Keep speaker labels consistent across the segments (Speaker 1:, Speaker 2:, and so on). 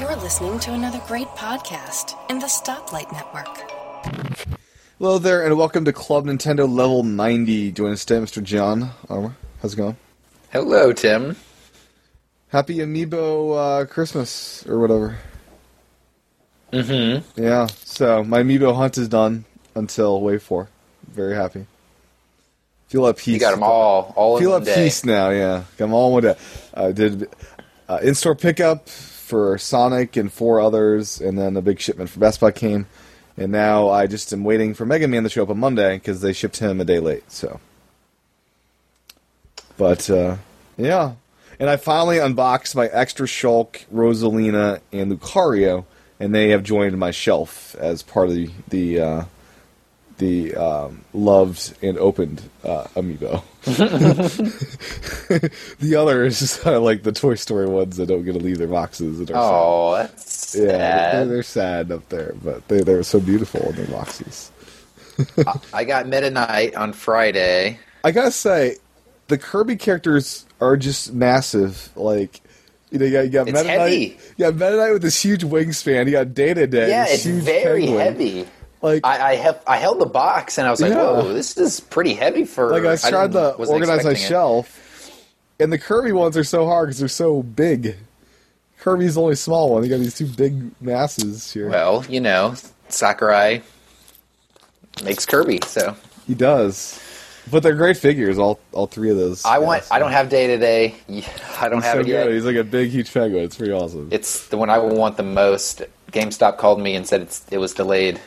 Speaker 1: You're listening to another great podcast in the Stoplight Network.
Speaker 2: Hello there, and welcome to Club Nintendo Level 90. Joining us today, Mr. John Armour. How's it going?
Speaker 3: Hello, Tim.
Speaker 2: Happy Amiibo uh, Christmas, or whatever.
Speaker 3: Mm-hmm.
Speaker 2: Yeah, so my Amiibo hunt is done until Wave 4. Very happy. Feel at peace.
Speaker 3: You got them all, all in
Speaker 2: Feel
Speaker 3: one
Speaker 2: at
Speaker 3: day.
Speaker 2: peace now, yeah. Got 'em all in one day. I did uh, in store pickup for Sonic and four others, and then a big shipment for Best Buy came. And now I just am waiting for Mega Man to show up on Monday because they shipped him a day late, so. But uh, yeah, and I finally unboxed my extra Shulk, Rosalina, and Lucario, and they have joined my shelf as part of the the uh, the um, loved and opened uh, amiibo. the other is just uh, like the Toy Story ones that don't get to leave their boxes. And are
Speaker 3: Oh, that's
Speaker 2: sad. yeah, they're,
Speaker 3: sad.
Speaker 2: they're sad up there, but they they're so beautiful in their boxes.
Speaker 3: I got Meta Knight on Friday.
Speaker 2: I gotta say, the Kirby characters are just massive. Like, you know, you got, you got
Speaker 3: It's
Speaker 2: Meta
Speaker 3: heavy.
Speaker 2: Knight. You got Meta Knight with this huge wingspan. You got Data Day.
Speaker 3: yeah,
Speaker 2: this
Speaker 3: it's
Speaker 2: huge
Speaker 3: very
Speaker 2: penguin.
Speaker 3: heavy.
Speaker 2: Like, I,
Speaker 3: I, I have I held the box and I was like,
Speaker 2: Yeah.
Speaker 3: "Whoa, this is pretty heavy for."
Speaker 2: like I was trying
Speaker 3: didn't-
Speaker 2: to
Speaker 3: wasn't
Speaker 2: organize my
Speaker 3: expecting it.
Speaker 2: shelf, and the Kirby ones are so hard because they're so big. Kirby's the only small one. You got these two big masses here.
Speaker 3: Well, you know, Sakurai makes Kirby, so
Speaker 2: he does, but they're great figures. All all three of those.
Speaker 3: I want.
Speaker 2: guys.
Speaker 3: I don't have day to day. I don't
Speaker 2: He's
Speaker 3: have
Speaker 2: so
Speaker 3: it yet.
Speaker 2: good. He's like a big, huge penguin. It's pretty awesome.
Speaker 3: It's the one I want the most. GameStop called me and said it's, it was delayed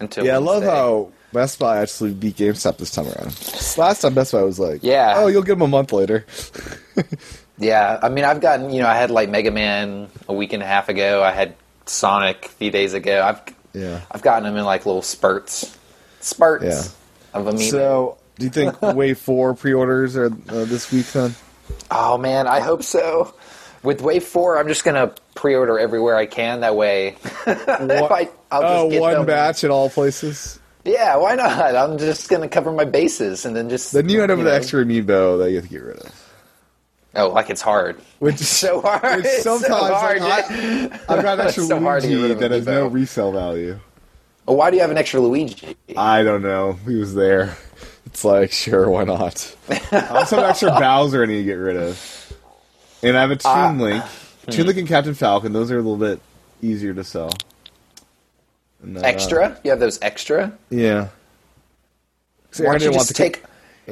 Speaker 3: until.
Speaker 2: Yeah, I love
Speaker 3: Wednesday.
Speaker 2: how Best Buy actually beat GameStop this time around. Last time Best Buy was like,
Speaker 3: Yeah.
Speaker 2: oh, you'll get them a month later.
Speaker 3: Yeah, I mean, I've gotten you know, I had like Mega Man a week and a half ago. I had Sonic a few days ago. I've
Speaker 2: Yeah.
Speaker 3: I've gotten them in like little spurts, spurts
Speaker 2: Yeah.
Speaker 3: of a
Speaker 2: So, do you think Wave Four pre-orders are uh, this week then?
Speaker 3: oh man, I hope so. With Wave Four, I'm just gonna pre-order everywhere I can. That way, if I, I'll just
Speaker 2: oh,
Speaker 3: get
Speaker 2: one
Speaker 3: them.
Speaker 2: batch at all places.
Speaker 3: Yeah, why not? I'm just gonna cover my bases and then just
Speaker 2: Then you end up with
Speaker 3: know.
Speaker 2: an extra amiibo that you have to get rid of.
Speaker 3: Oh, like it's hard.
Speaker 2: Which
Speaker 3: So hard.
Speaker 2: Which
Speaker 3: It's so
Speaker 2: sometimes
Speaker 3: hard,
Speaker 2: like, I, I've got an
Speaker 3: It's
Speaker 2: extra
Speaker 3: so hard to get rid
Speaker 2: Luigi
Speaker 3: of an
Speaker 2: that has no
Speaker 3: amiibo.
Speaker 2: resale value.
Speaker 3: Oh, why do you have an extra Luigi?
Speaker 2: I don't know. He was there. It's like, sure, why not? I also have an extra Bowser I need to get rid of. And I have a Toon
Speaker 3: Ah.
Speaker 2: Link. Toon Link and Captain Falcon, those are a little bit easier to sell. And then, uh,
Speaker 3: Extra? You have those extra?
Speaker 2: yeah. So
Speaker 3: Why
Speaker 2: Aaron
Speaker 3: don't you
Speaker 2: didn't want
Speaker 3: just
Speaker 2: to-
Speaker 3: take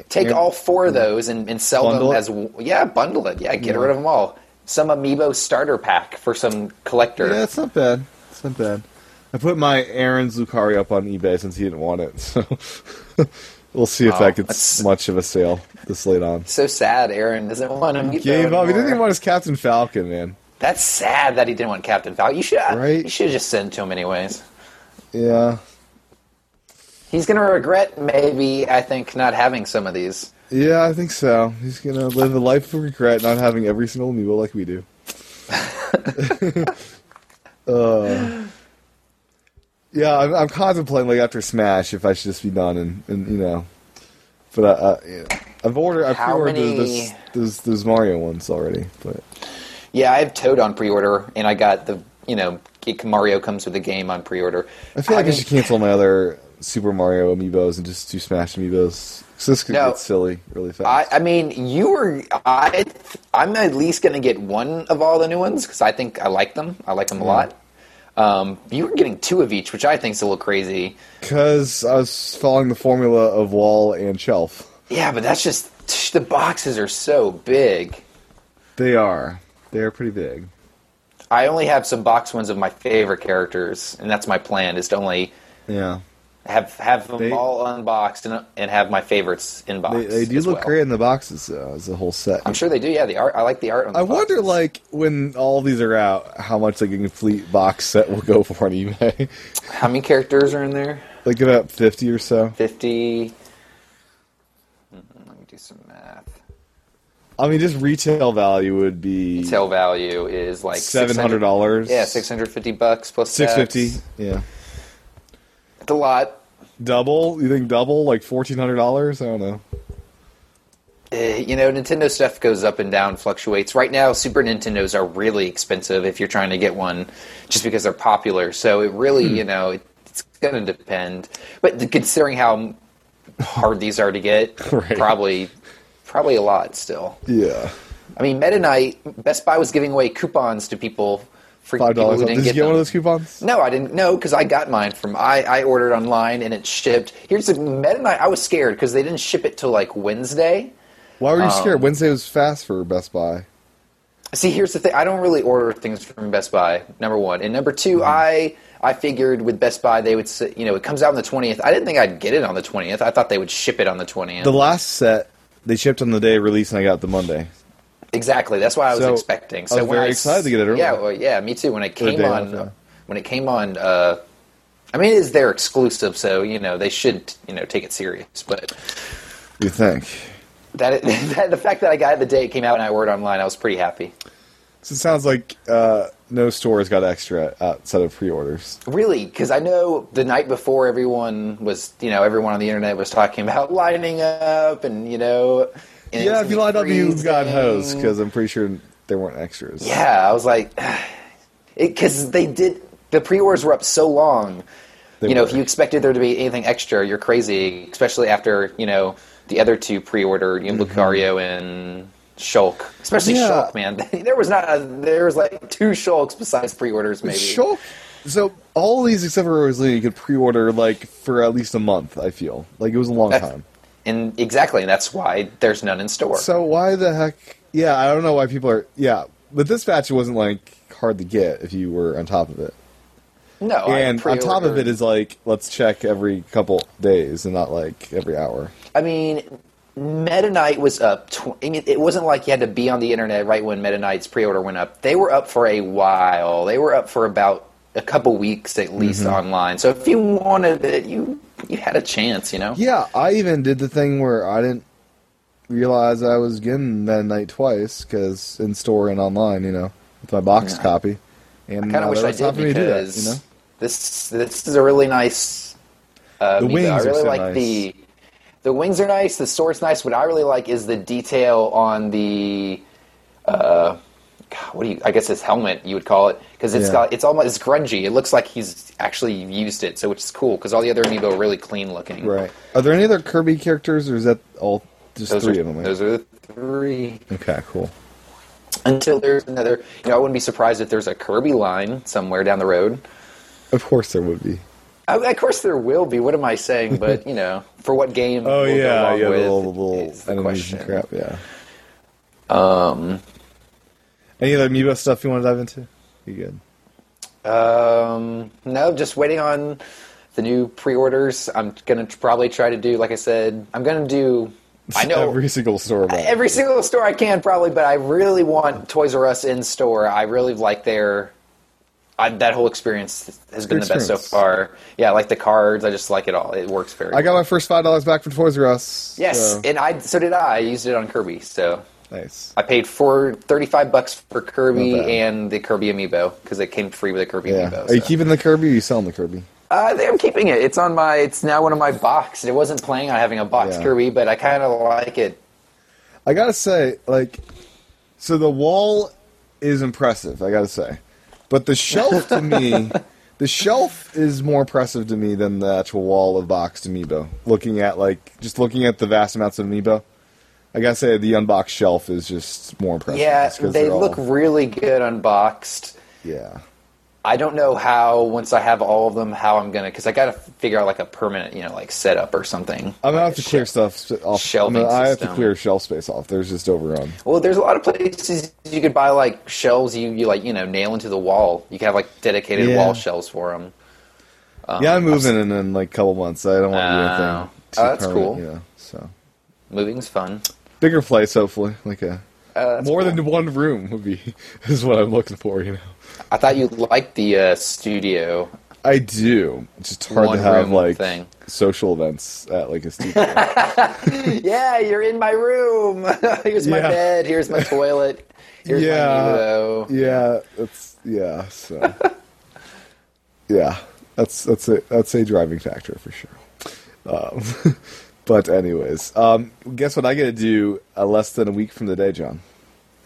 Speaker 3: take
Speaker 2: Aaron-
Speaker 3: all four of those and, and sell
Speaker 2: Bundle it?
Speaker 3: them as w- yeah, bundle it. Yeah, get
Speaker 2: Yeah.
Speaker 3: rid of them all. Some amiibo starter pack for some collector.
Speaker 2: Yeah, it's not bad. It's not bad. I put my Aaron's Lucario up on eBay since he didn't want it, so we'll see if
Speaker 3: Wow,
Speaker 2: that gets
Speaker 3: Oh, that's-
Speaker 2: much of a sale this late on.
Speaker 3: So sad, Aaron doesn't want amiibo.
Speaker 2: Gave up. He didn't
Speaker 3: anymore.
Speaker 2: even want his Captain Falcon, man.
Speaker 3: That's sad that he didn't want Captain Falcon. You should
Speaker 2: Right?
Speaker 3: you should have just sent it to him anyways.
Speaker 2: Yeah.
Speaker 3: He's gonna regret maybe I think not having some of these.
Speaker 2: Yeah, I think so. He's gonna live a life of regret not having every single amiibo like we do. uh, yeah, I'm, I'm contemplating like after Smash if I should just be done and, and you know, but I, I, yeah. I've ordered I've
Speaker 3: How
Speaker 2: pre-ordered
Speaker 3: many-
Speaker 2: those, those those Mario ones already, but
Speaker 3: Yeah, I have Toad on pre-order, and I got the you know it- Mario comes with the game on pre-order.
Speaker 2: I feel like I,
Speaker 3: mean,
Speaker 2: should cancel my other Super Mario amiibos and just do Smash amiibos. 'Cause this could
Speaker 3: No.
Speaker 2: get silly really fast.
Speaker 3: I, I mean, you were I. I'm at least going to get one of all the new ones because I think I like them. I like them a lot. Um, you were getting two of each, which I think is a little crazy.
Speaker 2: Because I was following the formula of wall and shelf.
Speaker 3: Yeah, but that's just the boxes are so big.
Speaker 2: They are. They are pretty big.
Speaker 3: I only have some box ones of my favorite characters, and that's my plan is to only
Speaker 2: Yeah.
Speaker 3: have have them
Speaker 2: They-
Speaker 3: all unboxed and, and have my favorites in box.
Speaker 2: They, they do
Speaker 3: as
Speaker 2: look
Speaker 3: well.
Speaker 2: great in the boxes, though, as a whole set.
Speaker 3: I'm sure they do. Yeah, the art. I like the art. On the
Speaker 2: I wonder,
Speaker 3: boxes.
Speaker 2: like, when all these are out, how much like a complete box set will go for on eBay.
Speaker 3: how many characters are in there.
Speaker 2: like about fifty or so.
Speaker 3: 50. Mm, Let me do some math.
Speaker 2: I mean, just retail value would be
Speaker 3: Retail value is like
Speaker 2: seven hundred dollars.
Speaker 3: Yeah, 650 bucks plus
Speaker 2: Six fifty.
Speaker 3: tax.
Speaker 2: Yeah.
Speaker 3: It's a lot.
Speaker 2: Double? You think double? Like fourteen hundred dollars? I don't know.
Speaker 3: uh, you know, Nintendo stuff goes up and down, fluctuates. Right now, Super Nintendos are really expensive if you're trying to get one, just because they're popular. So it really,
Speaker 2: Hmm.
Speaker 3: you know, it, it's going to depend. But th- considering how hard these are to get,
Speaker 2: Right.
Speaker 3: probably, probably a lot still.
Speaker 2: Yeah.
Speaker 3: I mean, Meta Knight, Best Buy was giving away coupons to people for
Speaker 2: Five
Speaker 3: people
Speaker 2: dollars.
Speaker 3: who
Speaker 2: Did
Speaker 3: didn't
Speaker 2: you
Speaker 3: get,
Speaker 2: get one
Speaker 3: them.
Speaker 2: of those coupons?
Speaker 3: No, I didn't. No, because I got mine from I. I ordered online and it shipped. Here's the Meta Knight. I was scared because they didn't ship it till like Wednesday.
Speaker 2: Why were you
Speaker 3: Um,
Speaker 2: scared? Wednesday was fast for Best Buy.
Speaker 3: See, here's the thing. I don't really order things from Best Buy. Number one, and number 2
Speaker 2: Mm-hmm.
Speaker 3: I I figured with Best Buy they would, s- you know, it comes out on the twentieth. I didn't think I'd get it on the twentieth. I thought they would ship it on the twentieth.
Speaker 2: The last set they shipped on the day of release, and I got it the Monday.
Speaker 3: Exactly. That's what I was
Speaker 2: So,
Speaker 3: expecting. So
Speaker 2: I was
Speaker 3: when
Speaker 2: very
Speaker 3: I,
Speaker 2: excited to get it early.
Speaker 3: Yeah, well, yeah, me too. When it came
Speaker 2: day
Speaker 3: on,
Speaker 2: off, yeah.
Speaker 3: when it came on, uh, I mean, it is their exclusive, so you know they should you know take it serious. But
Speaker 2: You think?
Speaker 3: that, that the fact that I got it the day it came out and I ordered online, I was pretty happy.
Speaker 2: So it sounds like uh, no store has got extra outside of pre-orders.
Speaker 3: Really, because I know the night before everyone was, you know, everyone on the internet was talking about lining up and, you know. and it
Speaker 2: yeah,
Speaker 3: was
Speaker 2: if you lined up, you got hosed
Speaker 3: freezing.
Speaker 2: because I'm pretty sure there weren't extras.
Speaker 3: Yeah, I was like, because they did the pre-orders were up so long.
Speaker 2: They
Speaker 3: you know,
Speaker 2: were.
Speaker 3: if you expected there to be anything extra, you're crazy. Especially after you know the other two pre-order, you know, Lucario and Shulk. Especially
Speaker 2: Mm-hmm. Yeah.
Speaker 3: Shulk, man. there was not a, there was like two Shulks besides pre-orders, maybe.
Speaker 2: Sure. So all these except for Rosalina, you could pre-order like for at least a month. I feel like it was a long
Speaker 3: That's-
Speaker 2: time.
Speaker 3: and exactly, that's why there's none in store.
Speaker 2: So why the heck? Yeah, I don't know why people are. Yeah, but this batch it wasn't like hard to get if you were on top of it.
Speaker 3: no, I
Speaker 2: and on top of
Speaker 3: pre-ordered-
Speaker 2: it is like let's check every couple days and not like every hour.
Speaker 3: I mean, Meta Knight was up. Tw- I mean, it wasn't like you had to be on the internet right when Meta Knight's pre-order went up. They were up for a while. They were up for about a couple weeks at least online. So if you wanted it, you you had a chance, you know.
Speaker 2: Yeah, I even did the thing where I didn't realize I was getting that night twice because in store and online, you know, with my boxed copy. And
Speaker 3: Kind
Speaker 2: uh,
Speaker 3: of wish
Speaker 2: there
Speaker 3: I
Speaker 2: was time for
Speaker 3: did
Speaker 2: me
Speaker 3: because
Speaker 2: to do that, you know?
Speaker 3: this this is a really nice. Uh,
Speaker 2: The
Speaker 3: Amiibo. I
Speaker 2: wings are
Speaker 3: really
Speaker 2: so
Speaker 3: like
Speaker 2: nice.
Speaker 3: the the wings are nice. The sword's nice. What I really like is the detail on the. Uh, God, what do you? I guess his helmet you would call it because it's
Speaker 2: Yeah.
Speaker 3: got it's almost it's grungy. It looks like he's actually used it, so which is cool because all the other amiibo are really clean looking.
Speaker 2: Right. Are there any other Kirby characters, or is that all just
Speaker 3: Those
Speaker 2: three
Speaker 3: are,
Speaker 2: of them? I
Speaker 3: Those are the three.
Speaker 2: Okay, cool.
Speaker 3: Until there's another, you know, I wouldn't be surprised if there's a Kirby line somewhere down the road.
Speaker 2: Of course there would be.
Speaker 3: I, of course, there will be. What am I saying? But you know, for what game?
Speaker 2: Oh
Speaker 3: we'll go
Speaker 2: yeah,
Speaker 3: along
Speaker 2: yeah, the
Speaker 3: with
Speaker 2: little, little
Speaker 3: is the
Speaker 2: enemies and
Speaker 3: question. Um,
Speaker 2: crap. Yeah. Um. Any other amiibo stuff you want to dive into? You good?
Speaker 3: Um, no, just waiting on the new pre-orders. I'm gonna t- probably try to do, like I said, I'm gonna do. I know
Speaker 2: every single store. about it.
Speaker 3: every single store I can probably, but I really want Toys R Us in store. I really like their I, that whole experience has been
Speaker 2: Good
Speaker 3: the best so
Speaker 2: experience.
Speaker 3: far. Yeah, I like the cards. I just like it all. It works very.
Speaker 2: I got my first five dollars back from Toys R Us.
Speaker 3: yes,
Speaker 2: so-
Speaker 3: and I so did I. I used it on Kirby, so
Speaker 2: nice.
Speaker 3: I paid four thirty-five bucks for Kirby
Speaker 2: Not bad.
Speaker 3: and the Kirby Amiibo because it came free with a Kirby
Speaker 2: Yeah.
Speaker 3: Amiibo.
Speaker 2: Are you
Speaker 3: so.
Speaker 2: keeping the Kirby? or Are you selling the Kirby?
Speaker 3: Uh, I think I'm keeping it. It's on my. It's now one of my box. It wasn't playing on having a box
Speaker 2: Yeah.
Speaker 3: Kirby, but I kind of like it.
Speaker 2: I gotta say, like, so the wall is impressive. I gotta say, but the shelf to me, the shelf is more impressive to me than the actual wall of boxed amiibo. Looking at like just looking at the vast amounts of amiibo, I gotta say the unboxed shelf is just more impressive.
Speaker 3: Yeah,
Speaker 2: just 'cause
Speaker 3: they
Speaker 2: they're all-
Speaker 3: look really good unboxed.
Speaker 2: yeah.
Speaker 3: I don't know how once I have all of them, how I'm gonna because I got to figure out like a permanent, you know, like setup or something.
Speaker 2: I'm gonna have to clear stuff sp- off.
Speaker 3: shelving
Speaker 2: I'm gonna- I have to
Speaker 3: system.
Speaker 2: clear shelf space off. There's just overrun.
Speaker 3: Well, there's a lot of places you could buy like shelves you you like you know nail into the wall. You could have like dedicated
Speaker 2: Yeah.
Speaker 3: wall shelves for them.
Speaker 2: yeah, I'm moving in in like a couple months. I don't want to do
Speaker 3: Um, Oh.
Speaker 2: anything.
Speaker 3: Oh, that's
Speaker 2: permanent,
Speaker 3: cool.
Speaker 2: You know, so
Speaker 3: Moving's fun.
Speaker 2: bigger place, hopefully, like a
Speaker 3: Uh, that's
Speaker 2: more than one room would be is what I'm looking for. You know,
Speaker 3: I thought you liked the uh, studio.
Speaker 2: I do. It's just hard
Speaker 3: One
Speaker 2: to have
Speaker 3: room
Speaker 2: like
Speaker 3: thing.
Speaker 2: social events at like a studio.
Speaker 3: Yeah, you're in my room. here's my
Speaker 2: Yeah.
Speaker 3: bed. Here's my toilet. Here's my
Speaker 2: yeah,
Speaker 3: Evo.
Speaker 2: yeah, that's yeah. So yeah, that's that's a that's a driving factor for sure. Um, But anyways, um, guess what I got to do uh, less than a week from today, John.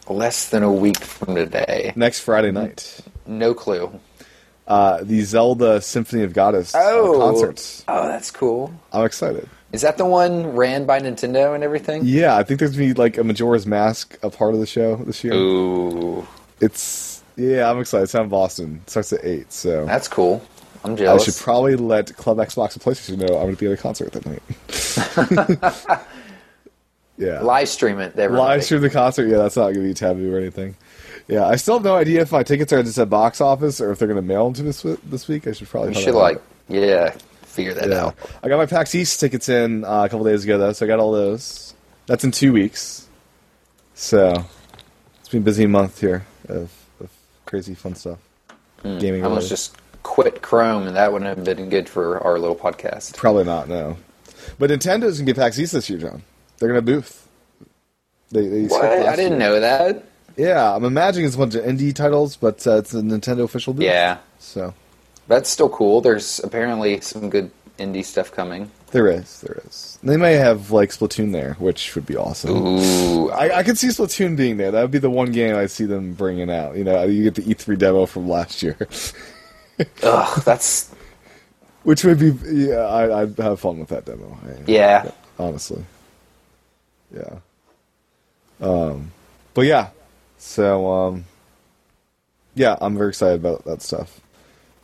Speaker 3: Less than a week from today.
Speaker 2: Next Friday
Speaker 3: Mm-hmm.
Speaker 2: night,
Speaker 3: No clue.
Speaker 2: uh, the Zelda Symphony of Goddess uh,
Speaker 3: Oh,
Speaker 2: concerts.
Speaker 3: Oh, that's cool.
Speaker 2: I'm excited.
Speaker 3: Is that the one ran by Nintendo and everything?
Speaker 2: Yeah, I think there's gonna be like a Majora's Mask a part of the show this year.
Speaker 3: Ooh,
Speaker 2: It's yeah, I'm excited. It's out in Boston. It starts at eight, so
Speaker 3: that's cool. I'm
Speaker 2: I
Speaker 3: jealous.
Speaker 2: should probably let Club Xbox and PlayStation know I'm gonna be at a concert that night. yeah,
Speaker 3: live stream it. There, everybody.
Speaker 2: live stream the concert. Yeah, that's not gonna be taboo or anything. Yeah, I still have no idea if my tickets are just at box office or if they're gonna mail them to this wi- this week. I should probably.
Speaker 3: You
Speaker 2: find
Speaker 3: should
Speaker 2: that out.
Speaker 3: like, yeah, figure that
Speaker 2: Yeah,
Speaker 3: out.
Speaker 2: I got my PAX East tickets in uh, a couple days ago though, so I got all those. That's in two weeks. So it's been a busy month here of, of crazy fun stuff. Gaming.
Speaker 3: I almost
Speaker 2: related.
Speaker 3: just quit Chrome, and that wouldn't have been good for our little podcast.
Speaker 2: Probably not, no. But Nintendo's gonna get PAX East this year, John. They're gonna booth. They, they
Speaker 3: What?
Speaker 2: skipped
Speaker 3: I
Speaker 2: last
Speaker 3: didn't
Speaker 2: year.
Speaker 3: know that.
Speaker 2: Yeah, I'm imagining it's a bunch of indie titles, but uh, it's a Nintendo official booth.
Speaker 3: Yeah.
Speaker 2: So
Speaker 3: That's still cool. There's apparently some good indie stuff coming.
Speaker 2: there is, there is. They may have like Splatoon there, which would be awesome.
Speaker 3: Ooh, I,
Speaker 2: I, I could see Splatoon being there. That would be the one game I see them bringing out. You know, you get the E3 demo from last year,
Speaker 3: ugh, that's
Speaker 2: which would be yeah. I, I'd have fun with that demo. I-
Speaker 3: yeah.
Speaker 2: honestly. Yeah. Um, but yeah, so um, yeah, I'm very excited about that stuff.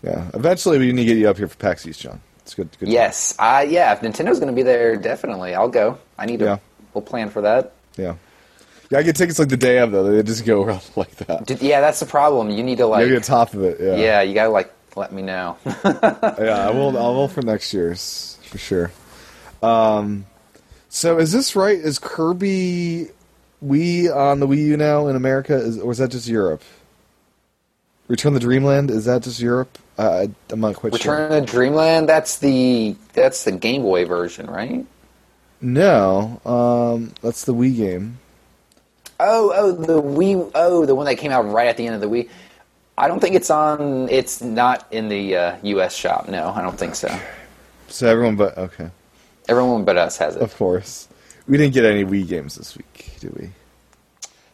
Speaker 2: Yeah, eventually we need to get you up here for PAX East, John. It's good. good
Speaker 3: Yes, I yeah. If Nintendo's going to be there, definitely I'll go. I need to.
Speaker 2: Yeah.
Speaker 3: We'll plan for that.
Speaker 2: Yeah. Yeah, I get tickets like the day of though. They just go around like that.
Speaker 3: Did, yeah, that's the problem. You need to like.
Speaker 2: Maybe on top of it. Yeah.
Speaker 3: yeah, you gotta like let me know.
Speaker 2: yeah, I will. I will for next year's for sure. Um, so is this right? Is Kirby Wii on the Wii U now in America, is, or is that just Europe? Return to Dreamland is that just Europe? I, I- I'm not quite sure.
Speaker 3: Return to Dreamland. That's the that's the Game Boy version, right?
Speaker 2: No, um, that's the Wii game.
Speaker 3: Oh, oh, the Wii. Oh, the one that came out right at the end of the Wii. I don't think it's on. It's not in the uh, U.S. shop. No, I don't think so.
Speaker 2: So everyone, but okay,
Speaker 3: Everyone but us has it.
Speaker 2: of course, we didn't get any Wii games this week, did we?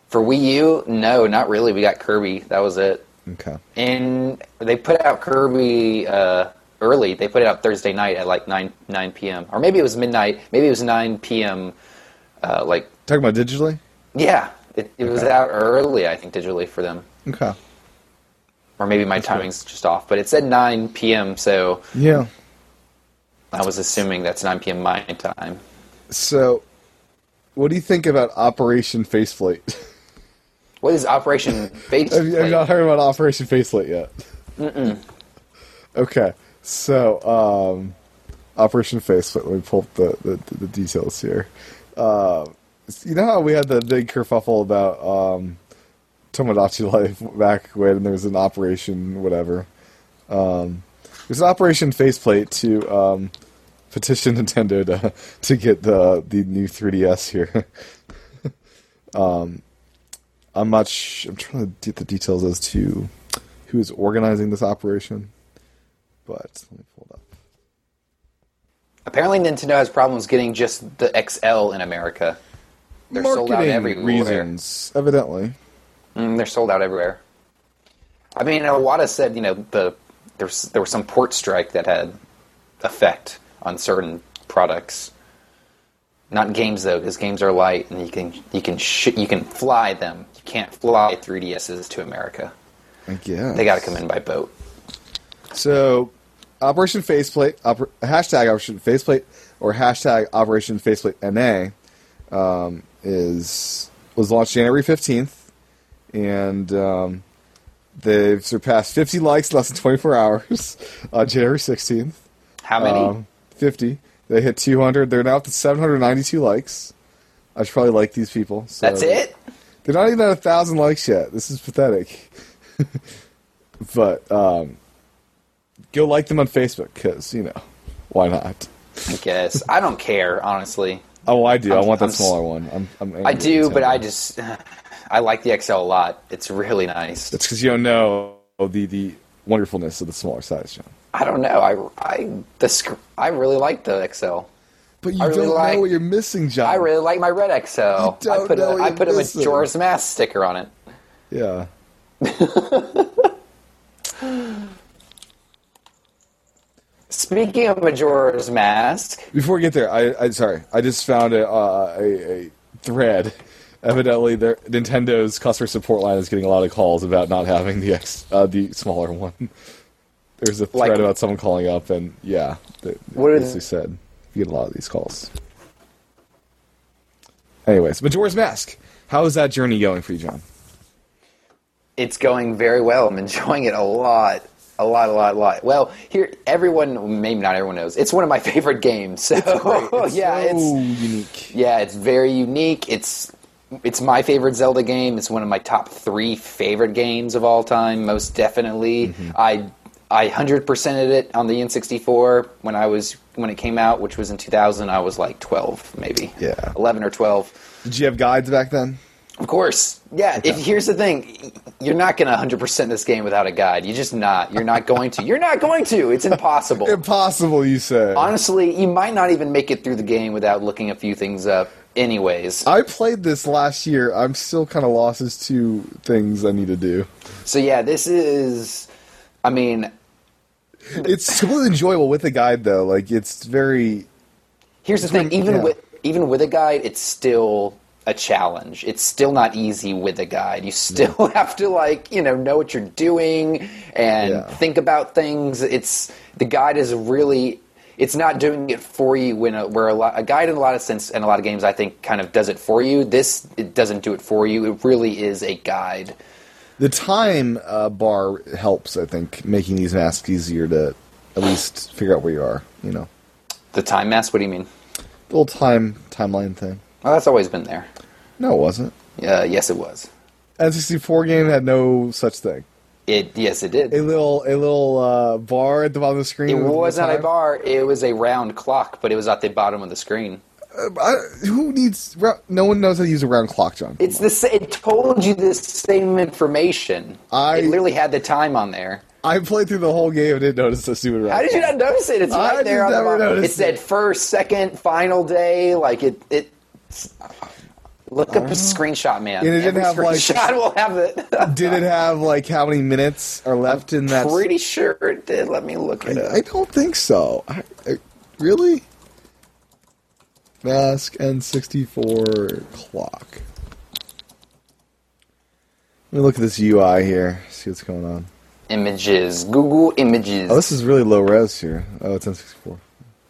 Speaker 3: For Wii U, no, not really. We got Kirby. That was it.
Speaker 2: Okay,
Speaker 3: And they put out Kirby uh, early. They put it out Thursday night at like nine nine p.m. or maybe it was midnight. Maybe it was nine p.m. Uh, like
Speaker 2: talking about digitally.
Speaker 3: yeah, it, it was out early. I think digitally for them.
Speaker 2: Okay,
Speaker 3: or maybe my timing's just off, but it said 9 p.m., so
Speaker 2: yeah.
Speaker 3: I was assuming that's 9 p.m. my time.
Speaker 2: So, what do you think about Operation Faceplate?
Speaker 3: What is Operation Face?
Speaker 2: Have you, have you not heard about Operation Facelit yet? Okay, so um, Operation Facelit. Let me pull up the, the, the details here. Um you know how we had the big kerfuffle about um, Tomodachi Life back when there was an Operation whatever. Um, there's an Operation Faceplate to um, petition Nintendo to to get the the new 3DS here. I'm not. Sh- I'm trying to get the details as to who is organizing this operation, but let me pull it up.
Speaker 3: Apparently, Nintendo has problems getting just the XL in America. They're sold out everywhere.
Speaker 2: reasons, evidently.
Speaker 3: Mm, they're sold out everywhere. I mean, Iwata said, you know, the there's there was some port strike that had effect on certain products. Not games though, because games are light and you can you can sh- you can fly them. You can't fly 3DSs to America.
Speaker 2: I guess
Speaker 3: They got to come in by boat.
Speaker 2: So, Operation Faceplate, oper- hashtag Operation Faceplate, or hashtag Operation Faceplate NA, um, is was launched January fifteenth, and um, they've surpassed fifty likes in less than twenty four hours on January sixteenth.
Speaker 3: How many?
Speaker 2: Um, 50. They hit 200. They're now up to 792 likes. I should probably like these people. So.
Speaker 3: That's it.
Speaker 2: They're not even at 1,000 likes yet. This is pathetic. but um, go like them on Facebook because, you know, why not?
Speaker 3: I guess I don't care honestly.
Speaker 2: Oh, I do. i want that
Speaker 3: I'm s-
Speaker 2: smaller one. I'm, I'm angry
Speaker 3: I
Speaker 2: at
Speaker 3: do, but
Speaker 2: Nintendo.
Speaker 3: I just I like the XL a lot. It's really nice.
Speaker 2: It's because you don't know the, the wonderfulness of the smaller size, John.
Speaker 3: I don't know. I I the sc- I really like the XL.
Speaker 2: But you
Speaker 3: I really
Speaker 2: don't
Speaker 3: like-
Speaker 2: know what you're missing, John.
Speaker 3: I really like my Red XL. I
Speaker 2: don't
Speaker 3: put
Speaker 2: know
Speaker 3: a,
Speaker 2: what
Speaker 3: I
Speaker 2: you're
Speaker 3: put a
Speaker 2: missing.
Speaker 3: Majora's Mask sticker on it.
Speaker 2: yeah.
Speaker 3: Speaking of Majora's Mask,
Speaker 2: Before we get there, I, I sorry, I just found a, uh, a, a thread. Evidently, their, Nintendo's customer support line is getting a lot of calls about not having the X, uh, the smaller one. There's a thread
Speaker 3: Like-
Speaker 2: about someone calling up, and yeah, they, they
Speaker 3: What is-
Speaker 2: basically said you get a lot of these calls. Anyways, Majora's Mask. How is that journey going for you, John?
Speaker 3: it's going very well. I'm enjoying it a lot. A lot, a lot, a lot. Well, here, everyone, maybe not everyone knows, it's one of my favorite games. So,
Speaker 2: so
Speaker 3: yeah, it's,
Speaker 2: unique.
Speaker 3: yeah, it's very unique. It's, it's my favorite Zelda game. It's one of my top three favorite games of all time, most definitely. I, I 100%ed it on the N64 when I was, when it came out, which was in 2000. I was like 12, maybe.
Speaker 2: Yeah.
Speaker 3: 11 or 12.
Speaker 2: Did you have guides back then?
Speaker 3: Of course. Yeah, if here's the thing, you're not going to 100% this game without a guide. You're just not. You're not going to. You're not going to. It's impossible.
Speaker 2: Impossible, you say.
Speaker 3: Honestly, you might not even make it through the game without looking a few things up anyways.
Speaker 2: I played this last year. I'm still kind of lost as to things I need to do.
Speaker 3: So yeah, this is I mean,
Speaker 2: It's completely enjoyable with a guide, though. Like it's very
Speaker 3: here's the thing,
Speaker 2: when-
Speaker 3: even
Speaker 2: yeah.
Speaker 3: with even with a guide, it's still a challenge. It's still not easy with a guide. You still have to like, you know, know what you're doing and
Speaker 2: Yeah.
Speaker 3: think about things. It's the guide is really it's not doing it for you when a, where a, lot, a guide in a lot of sense and a lot of games I think kind of does it for you. This it doesn't do it for you. It really is a guide.
Speaker 2: the time uh, bar helps. I think making these masks easier to at least figure out where you are. You know,
Speaker 3: The time mask, what do you mean?
Speaker 2: the little time timeline thing.
Speaker 3: Well, that's always been there.
Speaker 2: No, it wasn't.
Speaker 3: Uh, yes, it was.
Speaker 2: N64 game had no such thing.
Speaker 3: It yes, it did.
Speaker 2: A little a little uh, bar at the bottom of the screen.
Speaker 3: It
Speaker 2: with the
Speaker 3: was not a
Speaker 2: time.
Speaker 3: bar. It was a round clock, but it was at the bottom of the screen.
Speaker 2: I- who needs? rou- No one knows how to use a round clock, John.
Speaker 3: It's the sa- it told you the same information.
Speaker 2: I-
Speaker 3: it literally had the time on there.
Speaker 2: I played through the whole game and didn't notice the stupid round.
Speaker 3: How did you not notice it? It's
Speaker 2: I
Speaker 3: right there
Speaker 2: just
Speaker 3: on the
Speaker 2: never
Speaker 3: bottom. It
Speaker 2: noticed
Speaker 3: said
Speaker 2: it.
Speaker 3: first, second, final day. Like it it. Look up a screenshot, man.
Speaker 2: Uh-huh. And it didn't
Speaker 3: Every
Speaker 2: have, like-
Speaker 3: screenshot will have it.
Speaker 2: Did it have like how many minutes are left in that?
Speaker 3: Pretty sure it did. Let me look it up.
Speaker 2: I don't think so. I, I, really? Mask N64 clock. Let me look at this UI here. See what's going on.
Speaker 3: Images. Google Images.
Speaker 2: Oh, this is really low res here. Oh, it's N64.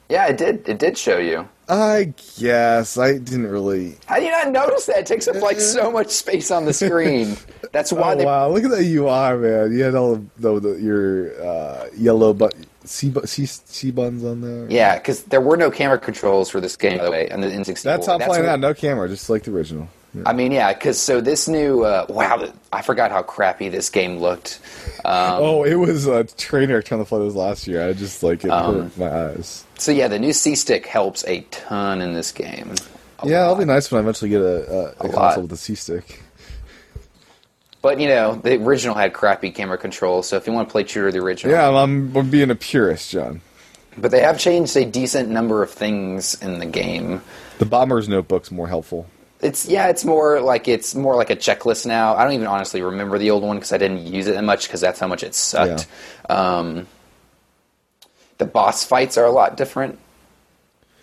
Speaker 3: yeah, it did. It did show you.
Speaker 2: I guess I didn't really.
Speaker 3: How do you not notice that? It takes up like so much space on the screen. That's why
Speaker 2: Oh
Speaker 3: they.
Speaker 2: wow! Look at that UI, man. You had all the, the your uh, yellow but C, bu- C C buttons on there.
Speaker 3: Yeah, because there were no camera controls for this game, by the way, on the N64.
Speaker 2: That's how I'm playing
Speaker 3: what-
Speaker 2: that.
Speaker 3: Um,
Speaker 2: No camera, just like the original. Yeah.
Speaker 3: I mean, yeah, because so this new. Uh, wow, I forgot how crappy this game looked. Um,
Speaker 2: Oh, it was a train wreck trying to play this last year. I just like it
Speaker 3: Um,
Speaker 2: hurt my eyes.
Speaker 3: So yeah, the new C stick helps a ton in this game. A
Speaker 2: Yeah,
Speaker 3: lot.
Speaker 2: it'll be nice when I eventually get a, a, a,
Speaker 3: A lot.
Speaker 2: console with a C stick.
Speaker 3: But you know, the original had crappy camera controls, so if you want to play true to the original,
Speaker 2: Yeah, I'm, I'm being a purist, John.
Speaker 3: But they have changed a decent number of things in the game.
Speaker 2: The bomber's notebook's more helpful.
Speaker 3: It's yeah, it's more like it's more like a checklist now. I don't even honestly remember the old one because I didn't use it that much because that's how much it sucked. Um, the boss fights are a lot different.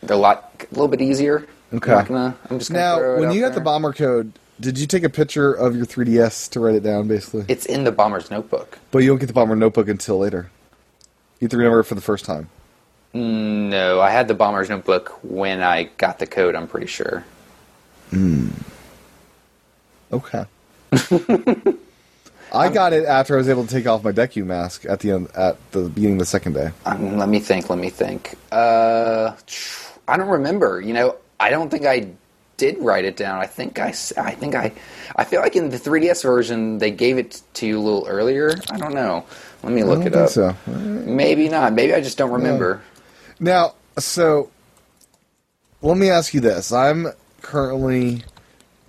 Speaker 3: They're a lot, a little bit easier.
Speaker 2: Okay.
Speaker 3: I'm, not gonna, I'm just gonna throw
Speaker 2: Now,
Speaker 3: it
Speaker 2: when
Speaker 3: out
Speaker 2: you got
Speaker 3: there.
Speaker 2: the bomber code, did you take a picture of your 3DS to write it down, basically?
Speaker 3: it's in the bomber's notebook.
Speaker 2: but you don't get the bomber notebook until later. You have to remember it for the first time.
Speaker 3: No, I had the bomber's notebook when I got the code. I'm pretty sure.
Speaker 2: Okay. I got it after I was able to take off my Deku mask at the end, at the beginning of the second day.
Speaker 3: Um, let me think. Let me think. Uh, tr- I don't remember. You know, I don't think I did write it down. I think I. s- I think I. I feel like in the 3DS version they gave it to you a little earlier. I don't know. Let me look
Speaker 2: I
Speaker 3: it
Speaker 2: don't think
Speaker 3: up.
Speaker 2: so.
Speaker 3: Maybe not. Maybe I just don't remember.
Speaker 2: Now, so let me ask you this. I'm currently